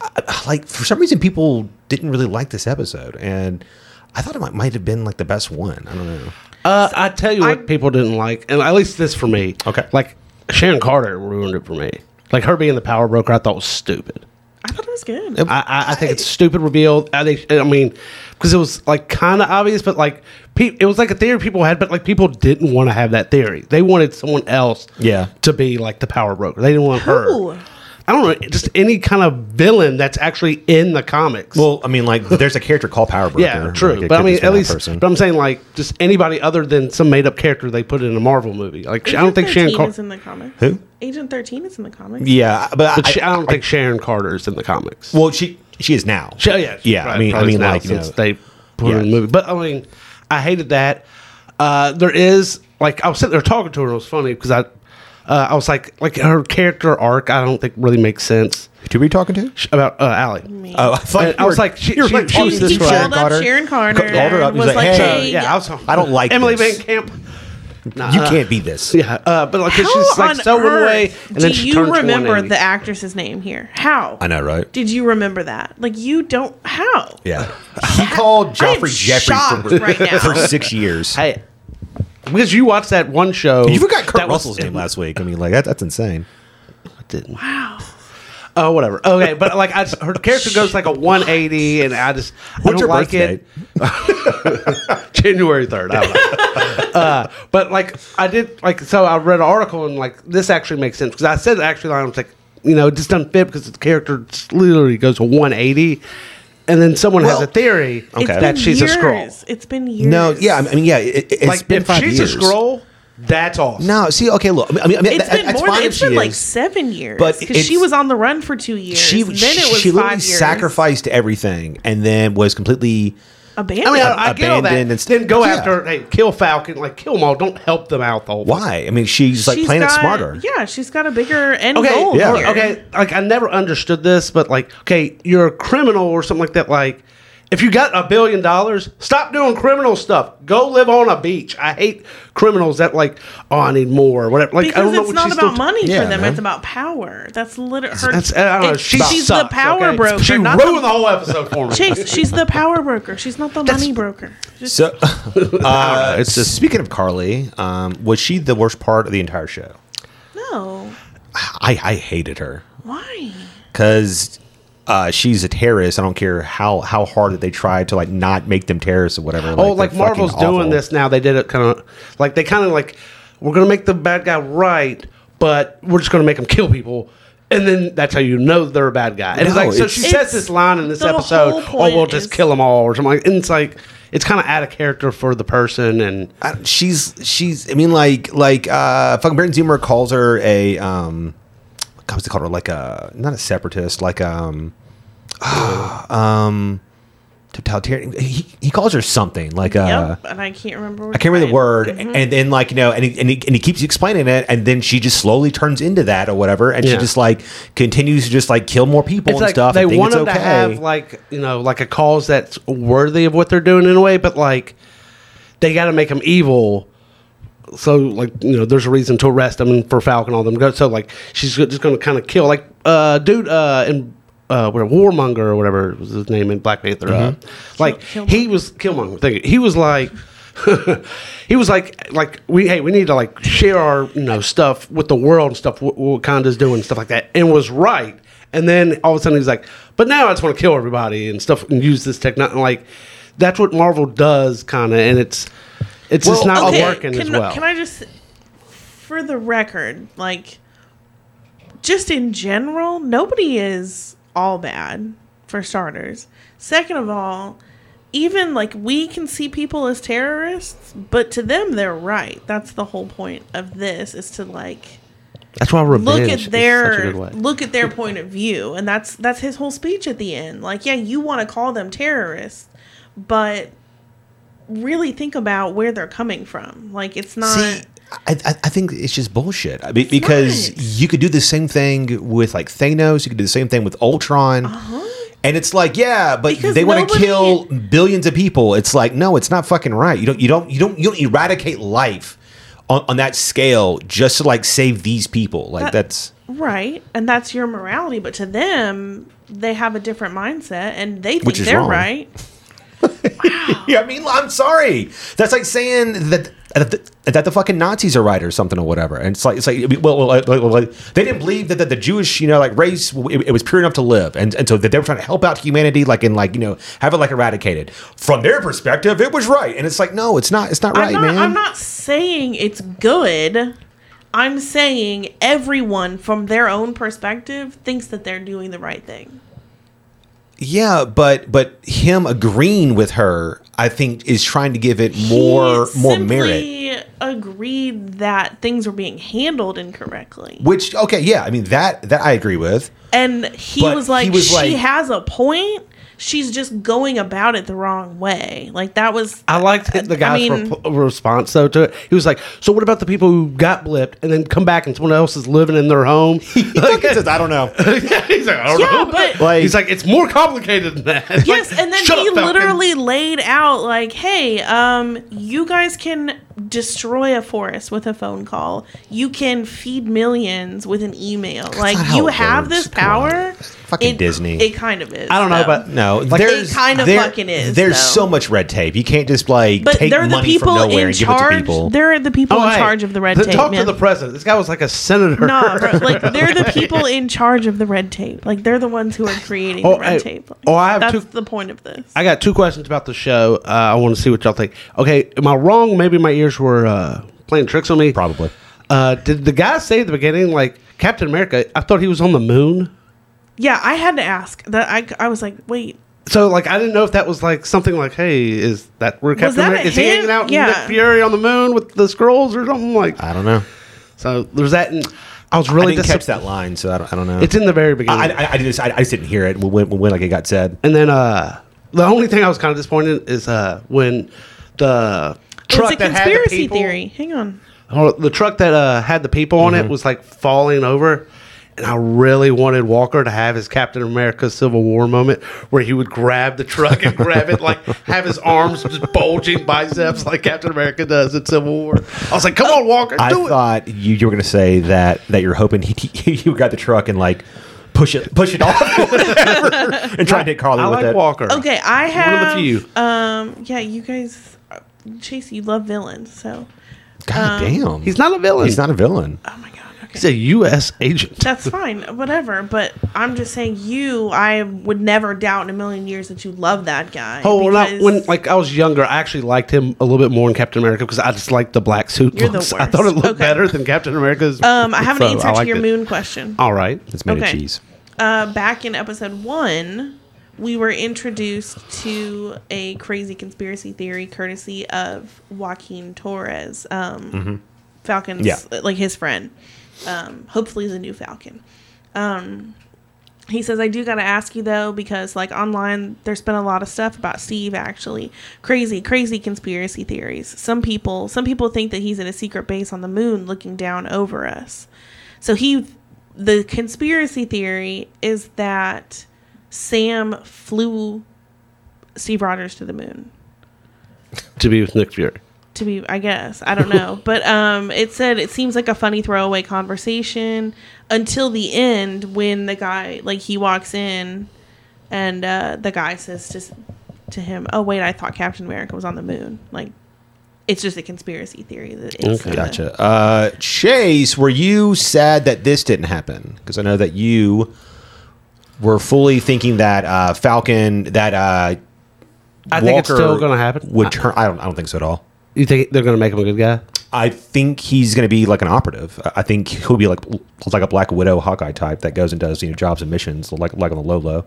[SPEAKER 1] uh, like for some reason people didn't really like this episode and. I thought it might, might have been like the best one. I don't know.
[SPEAKER 2] Uh, I tell you what,
[SPEAKER 3] I-
[SPEAKER 2] people didn't like, and at least this for me.
[SPEAKER 1] Okay.
[SPEAKER 2] like Sharon Carter ruined it for me. Like her being the power broker, I thought was stupid.
[SPEAKER 3] I thought it was good.
[SPEAKER 2] I, I, I think it's stupid reveal. I think I mean because it was like kind of obvious, but like pe- it was like a theory people had, but like people didn't want to have that theory. They wanted someone else,
[SPEAKER 1] Yeah.
[SPEAKER 2] to be like the power broker. They didn't want her.
[SPEAKER 3] Who?
[SPEAKER 2] I don't know, just any kind of villain that's actually in the comics.
[SPEAKER 1] Well, I mean, like, there's a character called Power Broker.
[SPEAKER 2] yeah, true.
[SPEAKER 1] Like, it
[SPEAKER 2] but I
[SPEAKER 1] could
[SPEAKER 2] mean,
[SPEAKER 1] just be
[SPEAKER 2] at
[SPEAKER 1] that
[SPEAKER 2] least,
[SPEAKER 1] person.
[SPEAKER 2] but I'm saying like just anybody other than some made up character they put in a Marvel movie. Like I don't think Sharon
[SPEAKER 3] Agent 13
[SPEAKER 2] Carter.
[SPEAKER 3] is in the comics.
[SPEAKER 1] Who?
[SPEAKER 3] Agent Thirteen is in the comics.
[SPEAKER 1] Yeah, but,
[SPEAKER 2] But
[SPEAKER 1] I,
[SPEAKER 2] she, um, I don't think Sharon Carter is in the comics.
[SPEAKER 1] well, she she is now.
[SPEAKER 2] Sh- oh, yeah, she's
[SPEAKER 1] yeah. I mean, I
[SPEAKER 2] probably
[SPEAKER 1] mean,
[SPEAKER 2] now
[SPEAKER 1] like you
[SPEAKER 2] since
[SPEAKER 1] know,
[SPEAKER 2] they put her in the
[SPEAKER 1] yeah.
[SPEAKER 2] movie. But I mean, I hated that. Uh, there is like I was sitting there talking to her. and It was funny because I, uh, I was like, like her character arc. I don't think really makes sense
[SPEAKER 1] who are you talking to?
[SPEAKER 2] Sh- about uh, Allie.
[SPEAKER 1] Oh, I, thought
[SPEAKER 2] And
[SPEAKER 1] you
[SPEAKER 2] I was
[SPEAKER 1] were-
[SPEAKER 2] like, she-
[SPEAKER 1] you were,
[SPEAKER 2] she-
[SPEAKER 1] talking
[SPEAKER 2] she-
[SPEAKER 1] to
[SPEAKER 2] she
[SPEAKER 1] Sharon
[SPEAKER 3] called up
[SPEAKER 1] Carter.
[SPEAKER 3] Sharon Carter
[SPEAKER 1] Called her up and
[SPEAKER 3] and was
[SPEAKER 1] like,
[SPEAKER 3] like,
[SPEAKER 1] hey,
[SPEAKER 2] So,
[SPEAKER 3] Hey,
[SPEAKER 2] yeah, I was.
[SPEAKER 1] I don't like
[SPEAKER 2] Emily
[SPEAKER 1] this.
[SPEAKER 2] Van Camp.
[SPEAKER 1] you can't be this.
[SPEAKER 2] Yeah, uh, but like 'cause she's like so one way, and
[SPEAKER 3] do
[SPEAKER 2] then she
[SPEAKER 3] you
[SPEAKER 2] turns
[SPEAKER 3] remember
[SPEAKER 2] 180.
[SPEAKER 3] the actress's name here? How?
[SPEAKER 1] I know, right?
[SPEAKER 3] Did you remember that? Like you don't how?
[SPEAKER 1] Yeah, he called Joffrey Jeffrey
[SPEAKER 3] shocked
[SPEAKER 1] for,
[SPEAKER 3] right now.
[SPEAKER 1] for six years.
[SPEAKER 2] Hey, because you watched that one show.
[SPEAKER 1] you forgot Kurt
[SPEAKER 2] that was-
[SPEAKER 1] Russell's name last week. I mean, like that, that's insane.
[SPEAKER 2] I didn't. Wow. Oh, whatever. Okay, but like I, just- her character goes like a 180, and I just
[SPEAKER 1] What's
[SPEAKER 2] I don't
[SPEAKER 1] your
[SPEAKER 2] like
[SPEAKER 1] birthday?
[SPEAKER 2] it. January 3rd. I don't know. uh, but like I did like so I read an article and like this actually makes sense because I said actually I was like you know it just doesn't fit because the character just literally goes to 180, and then someone
[SPEAKER 1] Well,
[SPEAKER 2] has a theory
[SPEAKER 1] okay.
[SPEAKER 3] It's
[SPEAKER 2] that
[SPEAKER 3] been
[SPEAKER 2] she's a scroll.
[SPEAKER 3] years. It's been years.
[SPEAKER 1] No, yeah, I mean, yeah, it, it's
[SPEAKER 2] Like
[SPEAKER 1] been
[SPEAKER 2] if
[SPEAKER 1] five
[SPEAKER 2] she's
[SPEAKER 1] years.
[SPEAKER 2] a scroll, that's awesome.
[SPEAKER 1] No, see, okay, look, I mean, I mean
[SPEAKER 3] It's
[SPEAKER 1] that-
[SPEAKER 3] been
[SPEAKER 1] that's
[SPEAKER 3] more
[SPEAKER 1] fine
[SPEAKER 3] than
[SPEAKER 1] if
[SPEAKER 3] it's
[SPEAKER 1] she
[SPEAKER 3] been like
[SPEAKER 1] is.
[SPEAKER 3] seven years.
[SPEAKER 1] But
[SPEAKER 3] because she
[SPEAKER 1] it's-
[SPEAKER 3] was on the run for two years.
[SPEAKER 1] She
[SPEAKER 3] then it was
[SPEAKER 1] she
[SPEAKER 3] five
[SPEAKER 1] literally
[SPEAKER 3] years.
[SPEAKER 1] sacrificed everything and then was completely.
[SPEAKER 3] Abandoned.
[SPEAKER 2] I mean, uh,
[SPEAKER 1] ab-
[SPEAKER 2] I, I get all that.
[SPEAKER 1] abandoned and
[SPEAKER 2] And
[SPEAKER 1] st-
[SPEAKER 2] then go
[SPEAKER 1] Yeah.
[SPEAKER 2] after, hey, kill Falcon, like kill them all. Don't help them out the whole
[SPEAKER 1] Why? I mean, she's like
[SPEAKER 3] She's
[SPEAKER 1] playing
[SPEAKER 3] got-
[SPEAKER 1] it smarter.
[SPEAKER 3] Yeah, she's got a bigger end
[SPEAKER 2] Okay,
[SPEAKER 3] goal.
[SPEAKER 1] yeah.
[SPEAKER 3] here.
[SPEAKER 2] okay. Like I never understood this, but like, okay, you're a criminal or something like that. Like, if you got a billion dollars, stop doing criminal stuff. Go live on a beach. I hate criminals that like, oh, I need more or whatever. Like, I
[SPEAKER 3] Because
[SPEAKER 2] don't know
[SPEAKER 3] it's
[SPEAKER 2] what
[SPEAKER 3] not
[SPEAKER 2] she's
[SPEAKER 3] about
[SPEAKER 2] still-
[SPEAKER 3] money
[SPEAKER 1] Yeah,
[SPEAKER 3] for them.
[SPEAKER 1] man.
[SPEAKER 3] It's about power. That's literally her.
[SPEAKER 2] That's, I don't know.
[SPEAKER 3] it-
[SPEAKER 2] She
[SPEAKER 3] she's
[SPEAKER 2] sucks,
[SPEAKER 3] the power
[SPEAKER 2] okay?
[SPEAKER 3] broker.
[SPEAKER 2] She
[SPEAKER 3] not
[SPEAKER 2] ruined
[SPEAKER 3] the-
[SPEAKER 2] the whole episode for me.
[SPEAKER 3] Chase, she's the power broker. She's not the money broker. Just-
[SPEAKER 1] So, uh, it's just speaking of Carly. Um, was she the worst part of the entire show?
[SPEAKER 3] no.
[SPEAKER 1] I, I hated her
[SPEAKER 3] Why?
[SPEAKER 1] because uh, she's a terrorist. I don't care how how hard that they tried to like not make them terrorists or whatever.
[SPEAKER 2] Oh,
[SPEAKER 1] they're
[SPEAKER 2] like,
[SPEAKER 1] fucking
[SPEAKER 2] Marvel's doing
[SPEAKER 1] awful.
[SPEAKER 2] this now. They did it kind of like they kind of like we're gonna make the bad guy right, but we're just gonna make him kill people. And then that's how you know they're a bad guy. And it's
[SPEAKER 1] No,
[SPEAKER 2] like, so
[SPEAKER 1] it's-
[SPEAKER 2] she says this line in this
[SPEAKER 3] The
[SPEAKER 2] episode,
[SPEAKER 3] whole
[SPEAKER 2] "Oh,
[SPEAKER 3] point
[SPEAKER 2] we'll just
[SPEAKER 3] is-
[SPEAKER 2] kill them all," or something. Like, and it's like it's kind of out of character for the person. And
[SPEAKER 1] I, she's she's. I mean, like like uh, fucking Baron Zoomer calls her a um, God, what's it called her? Like a not a separatist, like um, um, totalitarian. He, he calls her something like uh.
[SPEAKER 3] yep. And I can't remember. Mm-hmm.
[SPEAKER 1] I can't remember the word,
[SPEAKER 2] Mm-hmm.
[SPEAKER 1] and then like you know, and he, and, he, and he keeps explaining it, and then she just slowly turns into that or whatever, and she
[SPEAKER 2] Yeah.
[SPEAKER 1] just like continues to just like kill more people
[SPEAKER 2] it's
[SPEAKER 1] and
[SPEAKER 2] like
[SPEAKER 1] stuff.
[SPEAKER 2] they
[SPEAKER 1] and think
[SPEAKER 2] want
[SPEAKER 1] it's
[SPEAKER 2] them
[SPEAKER 1] okay.
[SPEAKER 2] to have like you know like a cause that's worthy of what they're doing in a way, but like they got to make them evil. So like you know, there's a reason to arrest them and for Falcon all them. Go so like she's go- just going to kind of kill like uh dude uh in uh whatever Warmonger or whatever was his name in Black Panther. Uh,
[SPEAKER 3] Mm-hmm.
[SPEAKER 2] like
[SPEAKER 3] Kill-
[SPEAKER 2] he was Killmonger. Thank you. He was like. he was like, like we hey, we need to like share our you know stuff with the world and stuff. What Wakanda's doing and stuff like that, and was right. And then all of a sudden he's like, But now I just want to kill everybody and stuff and use this technology. Like that's what Marvel does, kind of, and it's it's just
[SPEAKER 1] Well,
[SPEAKER 2] not
[SPEAKER 1] okay,
[SPEAKER 2] working
[SPEAKER 3] can,
[SPEAKER 2] as well.
[SPEAKER 3] Can I just, for the record, like, just in general, nobody is all bad, for starters. Second of all, even like we can see people as terrorists, but to them, they're right. That's the whole point of this is to like
[SPEAKER 2] that's why revenge
[SPEAKER 3] look
[SPEAKER 2] is
[SPEAKER 3] at
[SPEAKER 2] such a
[SPEAKER 3] their
[SPEAKER 2] good way.
[SPEAKER 3] look at their point of view and that's that's his whole speech at the end like yeah you want to call them terrorists but really think about where they're coming from like it's not
[SPEAKER 1] See, I, I I think it's just bullshit I mean, because
[SPEAKER 3] not.
[SPEAKER 1] you could do the same thing with like Thanos, you could do the same thing with Ultron,
[SPEAKER 2] Uh-huh.
[SPEAKER 1] and it's like, yeah, but
[SPEAKER 3] Because
[SPEAKER 1] they want to
[SPEAKER 3] nobody-
[SPEAKER 1] kill billions of people. It's like, no, it's not fucking right. You don't, you don't, you don't, you don't eradicate life on, on that scale just to like save these people. Like
[SPEAKER 3] That-
[SPEAKER 1] that's
[SPEAKER 3] right and that's your morality but to them they have a different mindset and they think
[SPEAKER 1] Which is
[SPEAKER 3] they're
[SPEAKER 1] wrong.
[SPEAKER 3] right
[SPEAKER 1] yeah. I mean, I'm sorry. That's like saying that. That the, that the fucking Nazis are right or something or whatever, and it's like it's like well, well, like, like, like, they didn't believe that the, the Jewish you know like race it, it was pure enough to live, and and so that they were trying to help out humanity like and like you know have it like eradicated from their perspective, it was right, and it's like no, it's not, it's not right,
[SPEAKER 3] I'm not,
[SPEAKER 1] man.
[SPEAKER 3] I'm not saying it's good. I'm saying everyone from their own perspective thinks that they're doing the right thing.
[SPEAKER 1] Yeah, but but him agreeing with her, I think, is trying to give it more
[SPEAKER 3] He
[SPEAKER 1] more
[SPEAKER 3] simply
[SPEAKER 1] merit.
[SPEAKER 3] Agreed that things were being handled incorrectly,
[SPEAKER 1] Which okay, yeah, I mean that that I agree with.
[SPEAKER 3] and he
[SPEAKER 1] But
[SPEAKER 3] was like,
[SPEAKER 1] he was
[SPEAKER 3] "She
[SPEAKER 1] like-
[SPEAKER 3] has a point. She's just going about it the wrong way." Like that was
[SPEAKER 2] I liked the- the guy's
[SPEAKER 3] Uh, mean-
[SPEAKER 2] rep- response though to it. He was like, "So what about the people who got blipped and then come back and someone else is living in their home?"
[SPEAKER 1] He fucking says, I don't know.
[SPEAKER 2] He's like, "I don't
[SPEAKER 3] Yeah,
[SPEAKER 2] know."
[SPEAKER 3] but-
[SPEAKER 1] Like-
[SPEAKER 2] he's like, "It's more complicated than that." It's
[SPEAKER 3] yes
[SPEAKER 2] like,
[SPEAKER 3] and then
[SPEAKER 2] "Shut
[SPEAKER 3] he
[SPEAKER 2] up, Falcon."
[SPEAKER 3] literally laid out like hey um you guys can destroy a forest with a phone call you can feed millions with an email
[SPEAKER 1] not
[SPEAKER 3] like
[SPEAKER 1] how
[SPEAKER 3] you
[SPEAKER 1] it
[SPEAKER 3] have
[SPEAKER 1] works.
[SPEAKER 3] this
[SPEAKER 1] Come on.
[SPEAKER 3] power
[SPEAKER 1] fucking
[SPEAKER 3] It-
[SPEAKER 1] Disney.
[SPEAKER 3] it kind of is
[SPEAKER 2] I don't know,
[SPEAKER 3] though.
[SPEAKER 2] but
[SPEAKER 1] No,
[SPEAKER 2] Like,
[SPEAKER 1] there's
[SPEAKER 3] It kinda
[SPEAKER 1] there-
[SPEAKER 3] fucking is,
[SPEAKER 1] There's
[SPEAKER 3] though.
[SPEAKER 1] so much red tape. You can't just like
[SPEAKER 3] but
[SPEAKER 1] take
[SPEAKER 3] they're the
[SPEAKER 1] money from
[SPEAKER 3] people
[SPEAKER 1] nowhere
[SPEAKER 3] in
[SPEAKER 1] and give it to
[SPEAKER 3] charge
[SPEAKER 1] people.
[SPEAKER 3] they're the people in
[SPEAKER 2] Oh, hey,
[SPEAKER 3] charge of the red
[SPEAKER 2] then
[SPEAKER 3] tape
[SPEAKER 2] Talk
[SPEAKER 3] man.
[SPEAKER 2] to the president. This guy was like a senator.
[SPEAKER 3] no, bro, like they're the people in charge of the red tape. Like they're the ones who are creating
[SPEAKER 2] Oh,
[SPEAKER 3] the red
[SPEAKER 2] hey,
[SPEAKER 3] tape. Like,
[SPEAKER 2] oh, I have
[SPEAKER 3] that's
[SPEAKER 2] two-
[SPEAKER 3] the point of this.
[SPEAKER 2] I got two questions about the show. Uh, I want to see what y'all think. Okay, am I wrong? Maybe my ears were uh, playing tricks on me.
[SPEAKER 1] Probably.
[SPEAKER 2] Uh, did the guy say at the beginning, like Captain America? I thought he was on the moon.
[SPEAKER 3] yeah, I had to ask that. I I was like, wait,
[SPEAKER 2] So like I didn't know if that was like something like, hey, is that where Captain
[SPEAKER 3] that
[SPEAKER 2] America
[SPEAKER 3] a
[SPEAKER 2] is he
[SPEAKER 3] hint?
[SPEAKER 2] hanging out
[SPEAKER 3] Yeah.
[SPEAKER 2] in Nick Fury on the moon with the scrolls or something like?
[SPEAKER 1] I don't know.
[SPEAKER 2] So there's that, and I was really
[SPEAKER 1] I didn't catch
[SPEAKER 2] disapp-
[SPEAKER 1] that line, so I don't, I don't know.
[SPEAKER 2] It's in the very beginning,
[SPEAKER 1] I, I, I just I, I just didn't hear it when, when, when like it got said.
[SPEAKER 2] and then uh, the only thing I was kind of disappointed in is uh when the truck
[SPEAKER 3] it's a
[SPEAKER 2] that had the
[SPEAKER 3] conspiracy
[SPEAKER 2] people,
[SPEAKER 3] theory. Hang on.
[SPEAKER 2] Or the truck that uh, had the people on
[SPEAKER 1] Mm-hmm.
[SPEAKER 2] it was like falling over. And I really wanted Walker to have his Captain America Civil War moment where he would grab the truck and grab it, like have his arms just bulging biceps like Captain America does in Civil War. I was like, come on, Walker,
[SPEAKER 1] I
[SPEAKER 2] do it.
[SPEAKER 1] thought you, you were gonna say that that you're hoping he, he you got the truck and like push it push it off and try and hit Carly
[SPEAKER 2] I
[SPEAKER 1] with
[SPEAKER 2] like
[SPEAKER 1] it.
[SPEAKER 2] Walker.
[SPEAKER 3] Okay, I
[SPEAKER 2] One
[SPEAKER 3] have
[SPEAKER 2] of the few.
[SPEAKER 3] Um, yeah, you guys, Chase, you love villains, so
[SPEAKER 1] God
[SPEAKER 3] Um,
[SPEAKER 1] damn,
[SPEAKER 2] He's not a villain.
[SPEAKER 1] he's not a villain.
[SPEAKER 3] oh my god, okay,
[SPEAKER 2] He's a U.S. agent.
[SPEAKER 3] that's fine, whatever. But I'm just saying, you, I would never doubt in a million years that you love that guy.
[SPEAKER 2] Oh, well, not,
[SPEAKER 3] because-
[SPEAKER 2] when like I was younger, I actually liked him a little bit more in Captain America because I just liked the black suit
[SPEAKER 3] You're the
[SPEAKER 2] looks. I thought it
[SPEAKER 3] worst.
[SPEAKER 2] looked
[SPEAKER 3] Okay.
[SPEAKER 2] better than Captain America's.
[SPEAKER 3] um, I have an
[SPEAKER 2] so
[SPEAKER 3] answer to
[SPEAKER 2] liked
[SPEAKER 3] your
[SPEAKER 2] it.
[SPEAKER 3] moon question.
[SPEAKER 2] All right.
[SPEAKER 1] It's made
[SPEAKER 3] Okay.
[SPEAKER 1] of cheese.
[SPEAKER 3] Uh, back in episode one, we were introduced to a crazy conspiracy theory courtesy of Joaquin Torres, um, Falcon's,
[SPEAKER 1] Yeah.
[SPEAKER 3] like his friend. Um, hopefully, he's a new Falcon. Um, He says, I do got to ask you though, because like online, there's been a lot of stuff about Steve actually. Crazy, crazy conspiracy theories. Some people, some people think that he's in a secret base on the moon looking down over us. So he, the conspiracy theory is that Sam flew Steve Rogers to the moon
[SPEAKER 2] To be with Nick Fury.
[SPEAKER 3] to be i guess i don't know but um it said it seems like a funny throwaway conversation until the end when the guy like he walks in and uh the guy says to s- to him oh wait i thought captain america was on the moon like it's just a conspiracy theory that it's
[SPEAKER 2] Okay.
[SPEAKER 3] uh,
[SPEAKER 1] Gotcha. Uh, Chase, were you sad that this didn't happen? Because I know that you we're fully thinking that uh, Falcon that uh,
[SPEAKER 2] I think it's still gonna happen.
[SPEAKER 1] Would turn? I don't. I don't think so at all.
[SPEAKER 2] You think they're going to make him a good guy?
[SPEAKER 1] I think he's going to be like an operative. I- I think he'll be like like a Black Widow Hawkeye type that goes and does you know jobs and missions like like on the low low.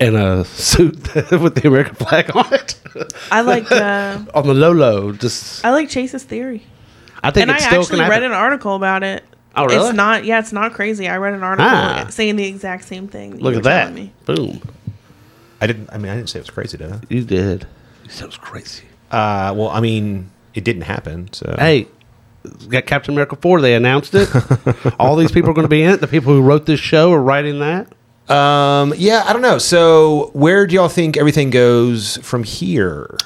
[SPEAKER 2] In a suit with the American flag on it,
[SPEAKER 3] I like uh,
[SPEAKER 2] on the low low. Just
[SPEAKER 3] I like Chase's theory,
[SPEAKER 2] I think
[SPEAKER 3] and I
[SPEAKER 2] it's still
[SPEAKER 3] actually
[SPEAKER 2] gonna
[SPEAKER 3] read
[SPEAKER 2] happen.
[SPEAKER 3] an article about it.
[SPEAKER 2] Oh, really?
[SPEAKER 3] It's not. Yeah, it's not crazy. I read an article
[SPEAKER 2] Ah.
[SPEAKER 3] saying the exact same thing. you
[SPEAKER 2] Look
[SPEAKER 3] were
[SPEAKER 2] at that!
[SPEAKER 3] telling me.
[SPEAKER 2] Boom!
[SPEAKER 1] I didn't. I mean, I didn't say it was crazy, did I?
[SPEAKER 2] You did. That was crazy.
[SPEAKER 1] Uh, well, I mean, it didn't happen. So
[SPEAKER 2] Hey, it's got Captain America four. They announced it. All these people are going to be in it. The people who wrote this show are writing that.
[SPEAKER 1] um, yeah, I don't know. So where do y'all think everything goes from here?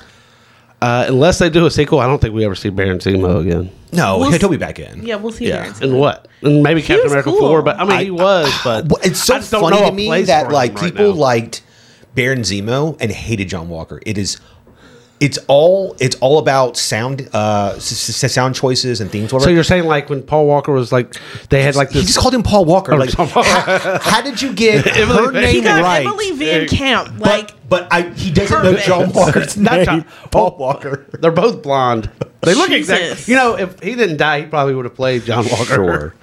[SPEAKER 2] Uh, unless they do a sequel, I don't think we ever see Baron Zemo again.
[SPEAKER 1] No,
[SPEAKER 3] We'll
[SPEAKER 1] he'll,
[SPEAKER 3] s-
[SPEAKER 1] he'll be back in.
[SPEAKER 3] Yeah, we'll see.
[SPEAKER 1] Yeah.
[SPEAKER 3] Yeah. Baron
[SPEAKER 2] And
[SPEAKER 3] Zemo.
[SPEAKER 2] what? And maybe Captain
[SPEAKER 3] was
[SPEAKER 2] America
[SPEAKER 3] cool.
[SPEAKER 2] four. But I mean, he was. But
[SPEAKER 1] Well, it's so
[SPEAKER 2] I just don't
[SPEAKER 1] funny
[SPEAKER 2] know
[SPEAKER 1] to
[SPEAKER 2] a
[SPEAKER 1] me
[SPEAKER 2] place
[SPEAKER 1] that
[SPEAKER 2] for him
[SPEAKER 1] like
[SPEAKER 2] right
[SPEAKER 1] people
[SPEAKER 2] now.
[SPEAKER 1] liked Baron Zemo and hated John Walker. It is. It's all it's all about sound uh s- s- sound choices and themes. Whatever.
[SPEAKER 2] So you're saying like when Paul Walker was like they had like
[SPEAKER 1] he
[SPEAKER 2] this
[SPEAKER 1] just called him Paul Oh, Walker. Like,
[SPEAKER 2] Paul
[SPEAKER 1] how,
[SPEAKER 2] Walker.
[SPEAKER 1] how did you get her
[SPEAKER 2] Emily- He
[SPEAKER 1] name
[SPEAKER 3] He got
[SPEAKER 1] right?
[SPEAKER 3] Emily Van Camp.
[SPEAKER 1] but,
[SPEAKER 3] Like
[SPEAKER 1] but I he doesn't know
[SPEAKER 3] Perfect.
[SPEAKER 1] John Walker. It's not
[SPEAKER 2] Hey,
[SPEAKER 1] John, Paul Walker.
[SPEAKER 2] They're both blonde. They look
[SPEAKER 3] Jesus.
[SPEAKER 2] exactly. You know, if he didn't die, he probably would have played John Walker.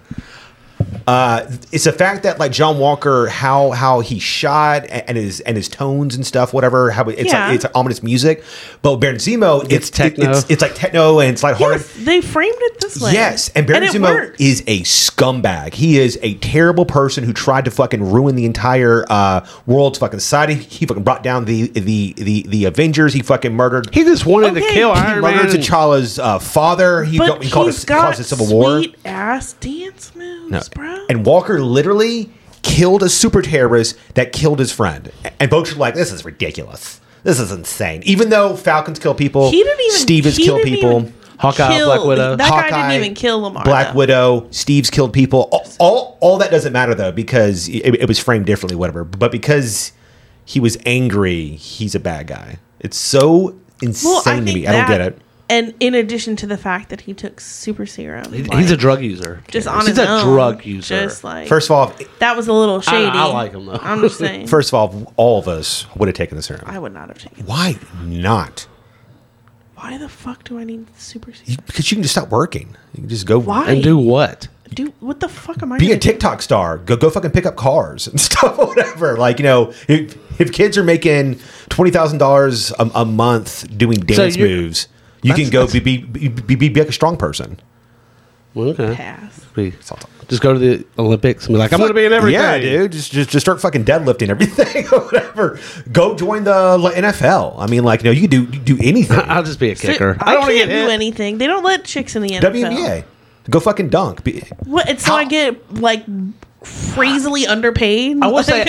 [SPEAKER 1] Uh, it's the fact that like John Walker, how how he shot a- and his and his tones and stuff, whatever. How it's
[SPEAKER 3] Yeah.
[SPEAKER 1] like, it's ominous music, but Baron Zemo, it's,
[SPEAKER 2] It's techno.
[SPEAKER 1] It's, it's like techno and it's like hard.
[SPEAKER 3] yes, they framed it this way.
[SPEAKER 1] Yes, and Baron
[SPEAKER 3] it
[SPEAKER 1] Zemo
[SPEAKER 3] worked.
[SPEAKER 1] is a scumbag. He is a terrible person who tried to fucking ruin the entire uh, world's fucking society. He fucking brought down the the the the Avengers. He fucking murdered.
[SPEAKER 2] He just wanted to
[SPEAKER 3] Okay.
[SPEAKER 2] kill
[SPEAKER 3] He
[SPEAKER 1] He
[SPEAKER 2] Iron
[SPEAKER 1] murdered
[SPEAKER 2] Man.
[SPEAKER 1] T'Challa's uh, father. He,
[SPEAKER 3] But
[SPEAKER 1] don't- he called
[SPEAKER 3] he's
[SPEAKER 1] it,
[SPEAKER 3] got
[SPEAKER 1] caused a civil war.
[SPEAKER 3] sweet ass dance moves,
[SPEAKER 1] No.
[SPEAKER 3] bro.
[SPEAKER 1] And Walker literally killed a super terrorist that killed his friend. And folks were like, this is ridiculous. This is insane. Even though Falcons kill people,
[SPEAKER 3] he didn't even.
[SPEAKER 1] Steve has
[SPEAKER 3] he
[SPEAKER 1] killed
[SPEAKER 3] didn't
[SPEAKER 1] people.
[SPEAKER 3] even
[SPEAKER 2] Hawkeye,
[SPEAKER 3] kill-
[SPEAKER 2] Black Widow.
[SPEAKER 3] That guy
[SPEAKER 1] Hawkeye,
[SPEAKER 3] didn't even kill Lamar.
[SPEAKER 1] Black
[SPEAKER 3] though.
[SPEAKER 1] Widow, Steve's killed people. All, all, all that doesn't matter though because it, it was framed differently, whatever. But because he was angry, he's a bad guy. It's so insane to me. I don't
[SPEAKER 3] that-
[SPEAKER 1] get it.
[SPEAKER 3] And in addition to the fact that he took super serum,
[SPEAKER 2] He-
[SPEAKER 3] like,
[SPEAKER 2] he's a drug user.
[SPEAKER 3] just on
[SPEAKER 2] he's
[SPEAKER 3] his
[SPEAKER 2] a
[SPEAKER 3] own,
[SPEAKER 2] drug user.
[SPEAKER 3] Just like
[SPEAKER 1] First of all,
[SPEAKER 3] that was a little shady.
[SPEAKER 2] like him, though.
[SPEAKER 3] I'm just saying.
[SPEAKER 1] first
[SPEAKER 3] First,
[SPEAKER 1] of all, all of us would have taken the serum.
[SPEAKER 3] I would not have taken. it.
[SPEAKER 1] Why not?
[SPEAKER 3] Why the fuck do I need super serum?
[SPEAKER 1] You- because you can just stop working. You can just go
[SPEAKER 3] Why?
[SPEAKER 2] and do what?
[SPEAKER 3] Dude, what the fuck am I?
[SPEAKER 1] be a
[SPEAKER 3] gonna do?
[SPEAKER 1] TikTok star. Go go fucking pick up cars and stuff, whatever. Like you know, if, if kids are making twenty thousand dollars a month doing dance
[SPEAKER 2] you're-
[SPEAKER 1] moves, you can go
[SPEAKER 2] That's-
[SPEAKER 1] be be, be be be like a strong person.
[SPEAKER 2] Well, okay.
[SPEAKER 3] Pass.
[SPEAKER 2] We- Just go to the Olympics and be like, I'm going to be in everything.
[SPEAKER 1] Yeah, dude. Just just just start fucking deadlifting everything or whatever. Go join the like, NFL. I mean, like you know, you can do you can do anything.
[SPEAKER 2] I'll just be a kicker.
[SPEAKER 3] I,
[SPEAKER 2] wanna
[SPEAKER 3] can't do
[SPEAKER 2] hit.
[SPEAKER 3] anything. They don't let chicks in the NFL.
[SPEAKER 1] WNBA. Go fucking dunk. Be,
[SPEAKER 3] What? And so I get like crazily underpaid.
[SPEAKER 2] I will say,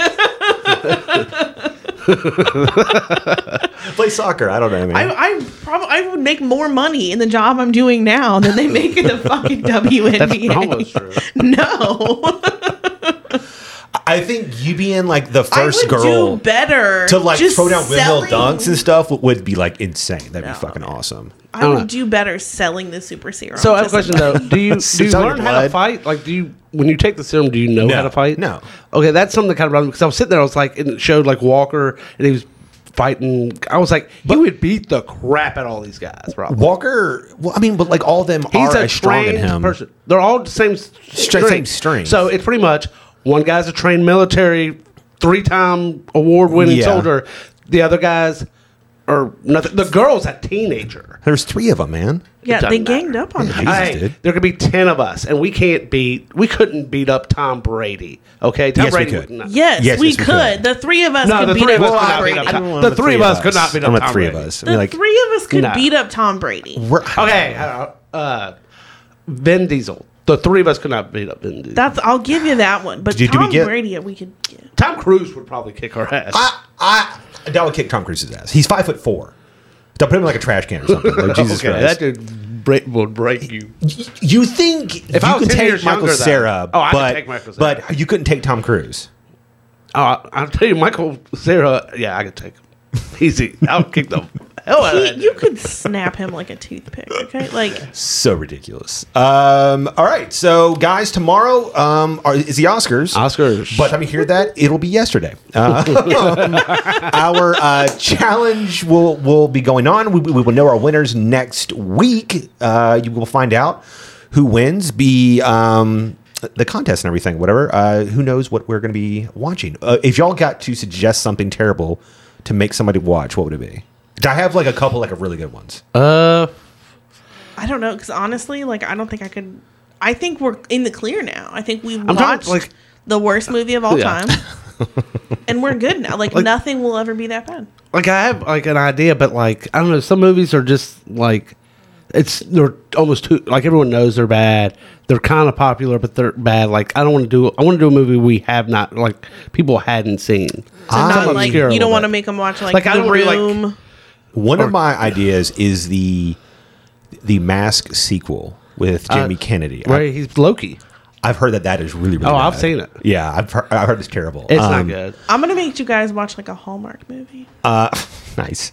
[SPEAKER 1] play soccer. I don't know. Man.
[SPEAKER 3] I, I probably I would make more money in the job I'm doing now than they make in the fucking WNBA.
[SPEAKER 2] almost true.
[SPEAKER 3] No,
[SPEAKER 1] I think you being like the
[SPEAKER 3] I
[SPEAKER 1] first
[SPEAKER 3] would
[SPEAKER 1] girl
[SPEAKER 3] do better
[SPEAKER 1] to like
[SPEAKER 3] just
[SPEAKER 1] throw down windmill
[SPEAKER 3] selling-
[SPEAKER 1] dunks and stuff w- would be like insane. That'd
[SPEAKER 3] No.
[SPEAKER 1] be fucking awesome.
[SPEAKER 3] I
[SPEAKER 2] I don't know.
[SPEAKER 3] would do better selling the super serum.
[SPEAKER 2] so I have a
[SPEAKER 3] Just-
[SPEAKER 2] question though. Do you do you
[SPEAKER 1] It's on your
[SPEAKER 2] learn how to
[SPEAKER 1] blood.
[SPEAKER 2] fight? Like, do you when you take the serum, do you know
[SPEAKER 1] No.
[SPEAKER 2] how to fight?
[SPEAKER 1] No.
[SPEAKER 2] Okay, that's something that kind of bothered me because I was sitting there, I was like, and it showed like Walker, and he was fighting. I was like, he would beat the crap out of all these guys, probably.
[SPEAKER 1] Walker, well, I mean, but like all of them
[SPEAKER 2] He's
[SPEAKER 1] are
[SPEAKER 2] a
[SPEAKER 1] as strong in
[SPEAKER 2] trained
[SPEAKER 1] him.
[SPEAKER 2] person. They're all the same s-
[SPEAKER 1] Stra-
[SPEAKER 2] strength.
[SPEAKER 1] same strength.
[SPEAKER 2] So it's pretty much one guy's a trained military, three time award winning
[SPEAKER 1] Yeah.
[SPEAKER 2] soldier. The other guys are nothing. The girl's a teenager.
[SPEAKER 1] There's three of them, man.
[SPEAKER 3] Yeah, they
[SPEAKER 2] It doesn't
[SPEAKER 3] ganged
[SPEAKER 2] matter.
[SPEAKER 3] up on
[SPEAKER 1] Yeah.
[SPEAKER 3] her.
[SPEAKER 1] Jesus,
[SPEAKER 2] Hey,
[SPEAKER 1] dude.
[SPEAKER 2] there could be ten of us, and we can't beat. We couldn't beat up Tom Brady. Okay, Tom
[SPEAKER 1] Yes, we
[SPEAKER 2] Brady.
[SPEAKER 1] could.
[SPEAKER 2] wouldn't-
[SPEAKER 3] Yes,
[SPEAKER 1] Yes,
[SPEAKER 3] we,
[SPEAKER 1] yes, we
[SPEAKER 3] could.
[SPEAKER 1] could.
[SPEAKER 3] The three of us
[SPEAKER 2] No, the
[SPEAKER 3] could beat
[SPEAKER 2] three
[SPEAKER 3] up
[SPEAKER 2] of us
[SPEAKER 3] Tom
[SPEAKER 2] could not beat
[SPEAKER 3] Brady.
[SPEAKER 2] up Tom-
[SPEAKER 1] I'm
[SPEAKER 2] the
[SPEAKER 1] with
[SPEAKER 2] three of us could not beat up
[SPEAKER 1] I'm with
[SPEAKER 2] Tom
[SPEAKER 1] three of
[SPEAKER 2] Brady.
[SPEAKER 1] us. I
[SPEAKER 3] The
[SPEAKER 1] mean, like,
[SPEAKER 3] three of us could
[SPEAKER 2] No.
[SPEAKER 3] beat up Tom Brady.
[SPEAKER 1] we're,
[SPEAKER 2] Okay. I don't know, Uh, Vin Diesel. The three of us could not beat up Vin Diesel.
[SPEAKER 3] That's I'll give you that one. But
[SPEAKER 1] Did you- did we
[SPEAKER 3] Tom
[SPEAKER 1] get-
[SPEAKER 3] Brady, we could. Get.
[SPEAKER 2] Tom Cruise would probably kick our ass.
[SPEAKER 1] I, I, that would kick Tom Cruise's ass. He's five foot four. They'll put him in, like a trash can or something. Like, Oh, Jesus
[SPEAKER 2] okay,
[SPEAKER 1] Christ.
[SPEAKER 2] that dude break, would break you.
[SPEAKER 1] you think if you
[SPEAKER 2] I was
[SPEAKER 1] could
[SPEAKER 2] 10
[SPEAKER 1] take
[SPEAKER 2] years
[SPEAKER 1] Michael
[SPEAKER 2] younger, though.
[SPEAKER 1] Sarah,
[SPEAKER 2] Oh, I could
[SPEAKER 1] but,
[SPEAKER 2] take Michael Cera.
[SPEAKER 1] but you couldn't take Tom Cruise.
[SPEAKER 2] Uh, Oh, I- I'll tell you, Michael Sarah. Yeah, I could take him. Easy. I'll kick the hell out of
[SPEAKER 3] He,
[SPEAKER 2] that.
[SPEAKER 3] you could snap him like a toothpick, okay? Like,
[SPEAKER 1] So ridiculous. Um, all right, so guys, tomorrow um, are, is the Oscars.
[SPEAKER 2] Oscars.
[SPEAKER 1] By the time you hear that, it'll be yesterday. Uh, um, our uh, challenge will will be going on. We, we will know our winners next week. Uh, you will find out who wins. Be um, the contest and everything, whatever. Uh, who knows what we're going to be watching? Uh, if y'all got to suggest something terrible to make somebody watch, what would it be? I have like a couple like of really good ones.
[SPEAKER 2] Uh,
[SPEAKER 3] I don't know, because honestly, like, I don't think I could. I think we're in the clear now. I think we
[SPEAKER 2] talking,
[SPEAKER 3] watched
[SPEAKER 2] like-
[SPEAKER 3] the worst movie of all
[SPEAKER 2] Yeah.
[SPEAKER 3] time, and we're good now. Like,
[SPEAKER 2] Like-
[SPEAKER 3] nothing will ever be that bad.
[SPEAKER 2] like I have like an idea, but like I don't know. Some movies are just like it's they're almost too like everyone knows they're bad. They're kind of popular, but they're bad. Like I don't want to do. I want to do a movie we have not like people hadn't seen. So
[SPEAKER 1] I'm
[SPEAKER 3] Not like
[SPEAKER 1] obscure
[SPEAKER 3] you don't want to make them watch like,
[SPEAKER 2] Like, I
[SPEAKER 3] The
[SPEAKER 2] don't really, like-
[SPEAKER 3] Room.
[SPEAKER 1] One of my ideas is the the Mask sequel with Jamie Kennedy. I-
[SPEAKER 2] Uh, Right, he's Loki.
[SPEAKER 1] I've heard that that is really really.
[SPEAKER 2] Oh, I've
[SPEAKER 1] bad.
[SPEAKER 2] seen it.
[SPEAKER 1] Yeah, I've heard, I've heard it's terrible.
[SPEAKER 2] It's
[SPEAKER 1] Um,
[SPEAKER 2] not good.
[SPEAKER 3] I'm gonna make you guys watch like a Hallmark movie.
[SPEAKER 1] Nice.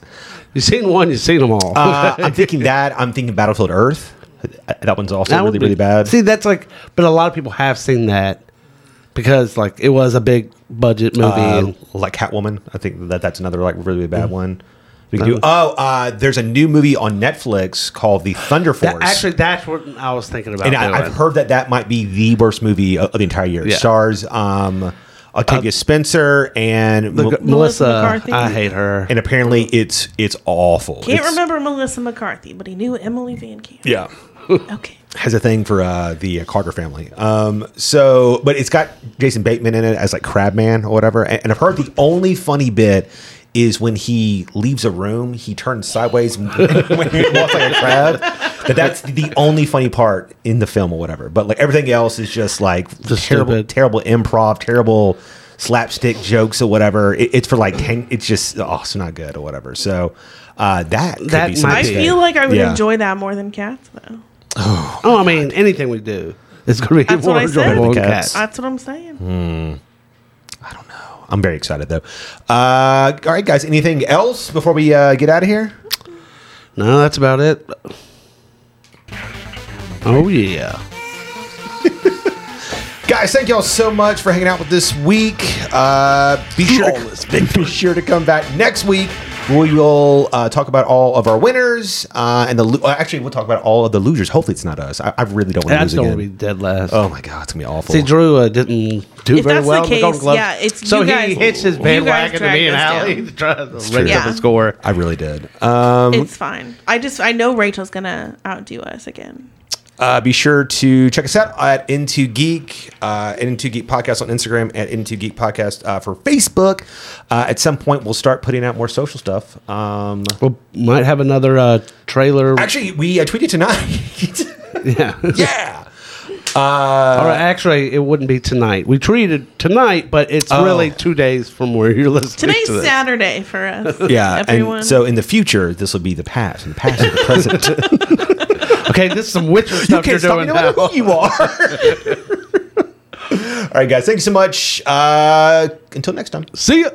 [SPEAKER 2] You've seen one, you've seen them all.
[SPEAKER 1] Uh, I'm thinking that. I'm thinking Battlefield Earth. Uh, That one's also
[SPEAKER 2] That would
[SPEAKER 1] really
[SPEAKER 2] be-
[SPEAKER 1] really bad.
[SPEAKER 2] See, that's like, but a lot of people have seen that because like it was a big budget movie.
[SPEAKER 1] Uh,
[SPEAKER 2] and
[SPEAKER 1] like Catwoman. I think that that's another like really really bad
[SPEAKER 2] Mm.
[SPEAKER 1] one. We can do. Oh, uh, there's a new movie on Netflix called The Thunder Force.
[SPEAKER 2] that, actually, that's what I was thinking about.
[SPEAKER 1] and I,
[SPEAKER 2] doing.
[SPEAKER 1] I've heard that that might be the worst movie of, of the entire year. It
[SPEAKER 2] Yeah. Uh,
[SPEAKER 1] Stars um, Octavia Spencer and
[SPEAKER 2] Look, Melissa,
[SPEAKER 3] McCarthy.
[SPEAKER 2] I hate her.
[SPEAKER 1] and apparently it's it's awful.
[SPEAKER 3] Can't
[SPEAKER 1] It's-
[SPEAKER 3] remember Melissa McCarthy, but he knew Emily Van Camp.
[SPEAKER 1] Yeah,
[SPEAKER 3] Okay.
[SPEAKER 1] has a thing for uh, the uh, Carter family. Um, so, but it's got Jason Bateman in it as like Crabman or whatever. And, and I've heard the only funny bit is when he leaves a room, he turns sideways when he walks like a crab. That that's the only funny part in the film or whatever. But like everything else is just like
[SPEAKER 2] Just
[SPEAKER 1] terrible,
[SPEAKER 2] stupid.
[SPEAKER 1] terrible improv, terrible slapstick jokes or whatever. It, it's for like ten. It's just oh, it's not good or whatever. So. Uh, that could
[SPEAKER 2] That
[SPEAKER 1] be
[SPEAKER 2] might
[SPEAKER 3] I
[SPEAKER 1] something
[SPEAKER 2] be.
[SPEAKER 1] to
[SPEAKER 3] feel like I would
[SPEAKER 1] Yeah.
[SPEAKER 3] enjoy that more than cats, though.
[SPEAKER 2] oh, I mean, anything we do is going to be
[SPEAKER 3] That's what
[SPEAKER 2] more
[SPEAKER 3] I said.
[SPEAKER 2] enjoyable than
[SPEAKER 1] Cats.
[SPEAKER 2] cats.
[SPEAKER 3] That's what I'm saying.
[SPEAKER 1] Mm-hmm. I don't know. I'm very excited though. Uh, all right, guys. Anything else before we uh, get out of here?
[SPEAKER 2] no, that's about it. Oh yeah,
[SPEAKER 1] Guys, thank y'all so much for hanging out with this week. Uh, be sure to, be sure to come back next week. We will uh, talk about all of our winners uh, and the lo- uh, actually we'll talk about all of the losers. Hopefully, it's not us. I, I really don't want to
[SPEAKER 2] that's
[SPEAKER 1] lose
[SPEAKER 2] going to
[SPEAKER 1] again.
[SPEAKER 2] be dead last.
[SPEAKER 1] oh my god, it's gonna be awful.
[SPEAKER 2] See, Drew uh, didn't do
[SPEAKER 3] If
[SPEAKER 2] very
[SPEAKER 3] that's the
[SPEAKER 2] well. in the
[SPEAKER 3] case,
[SPEAKER 2] Golden Gloves.
[SPEAKER 3] yeah, it's
[SPEAKER 2] so
[SPEAKER 3] you
[SPEAKER 2] he
[SPEAKER 3] guys-
[SPEAKER 2] hits his
[SPEAKER 3] you
[SPEAKER 2] bandwagon
[SPEAKER 3] guys
[SPEAKER 2] to
[SPEAKER 3] dragged
[SPEAKER 2] me and
[SPEAKER 3] us
[SPEAKER 2] Allie
[SPEAKER 3] down.
[SPEAKER 2] to try to raise up
[SPEAKER 3] Yeah.
[SPEAKER 2] the score.
[SPEAKER 1] I really did. Um,
[SPEAKER 3] It's fine. I just I know Rachel's gonna outdo us again.
[SPEAKER 1] Uh, be sure to check us out at Into Geek, uh, at Into Geek Podcast on Instagram, at Into Geek Podcast uh, for Facebook. Uh, at some point, we'll start putting out more social stuff. Um,
[SPEAKER 2] We might have another uh, trailer.
[SPEAKER 1] actually, we uh, tweeted tonight.
[SPEAKER 2] yeah.
[SPEAKER 1] yeah. Uh,
[SPEAKER 2] or actually, it wouldn't be tonight. We treated tonight, but it's
[SPEAKER 1] Oh.
[SPEAKER 2] really two days from where you're listening.
[SPEAKER 3] Today's
[SPEAKER 2] to this.
[SPEAKER 3] Saturday for us.
[SPEAKER 1] Yeah.
[SPEAKER 3] everyone.
[SPEAKER 1] And so in the future, this will be the past, and the past is the present. you
[SPEAKER 2] Okay, this is some witcher stuff you
[SPEAKER 1] can't
[SPEAKER 2] are
[SPEAKER 1] stop me
[SPEAKER 2] doing
[SPEAKER 1] no matter
[SPEAKER 2] now.
[SPEAKER 1] who you are. All right, guys. Thank you so much. Uh, until next time.
[SPEAKER 2] See ya.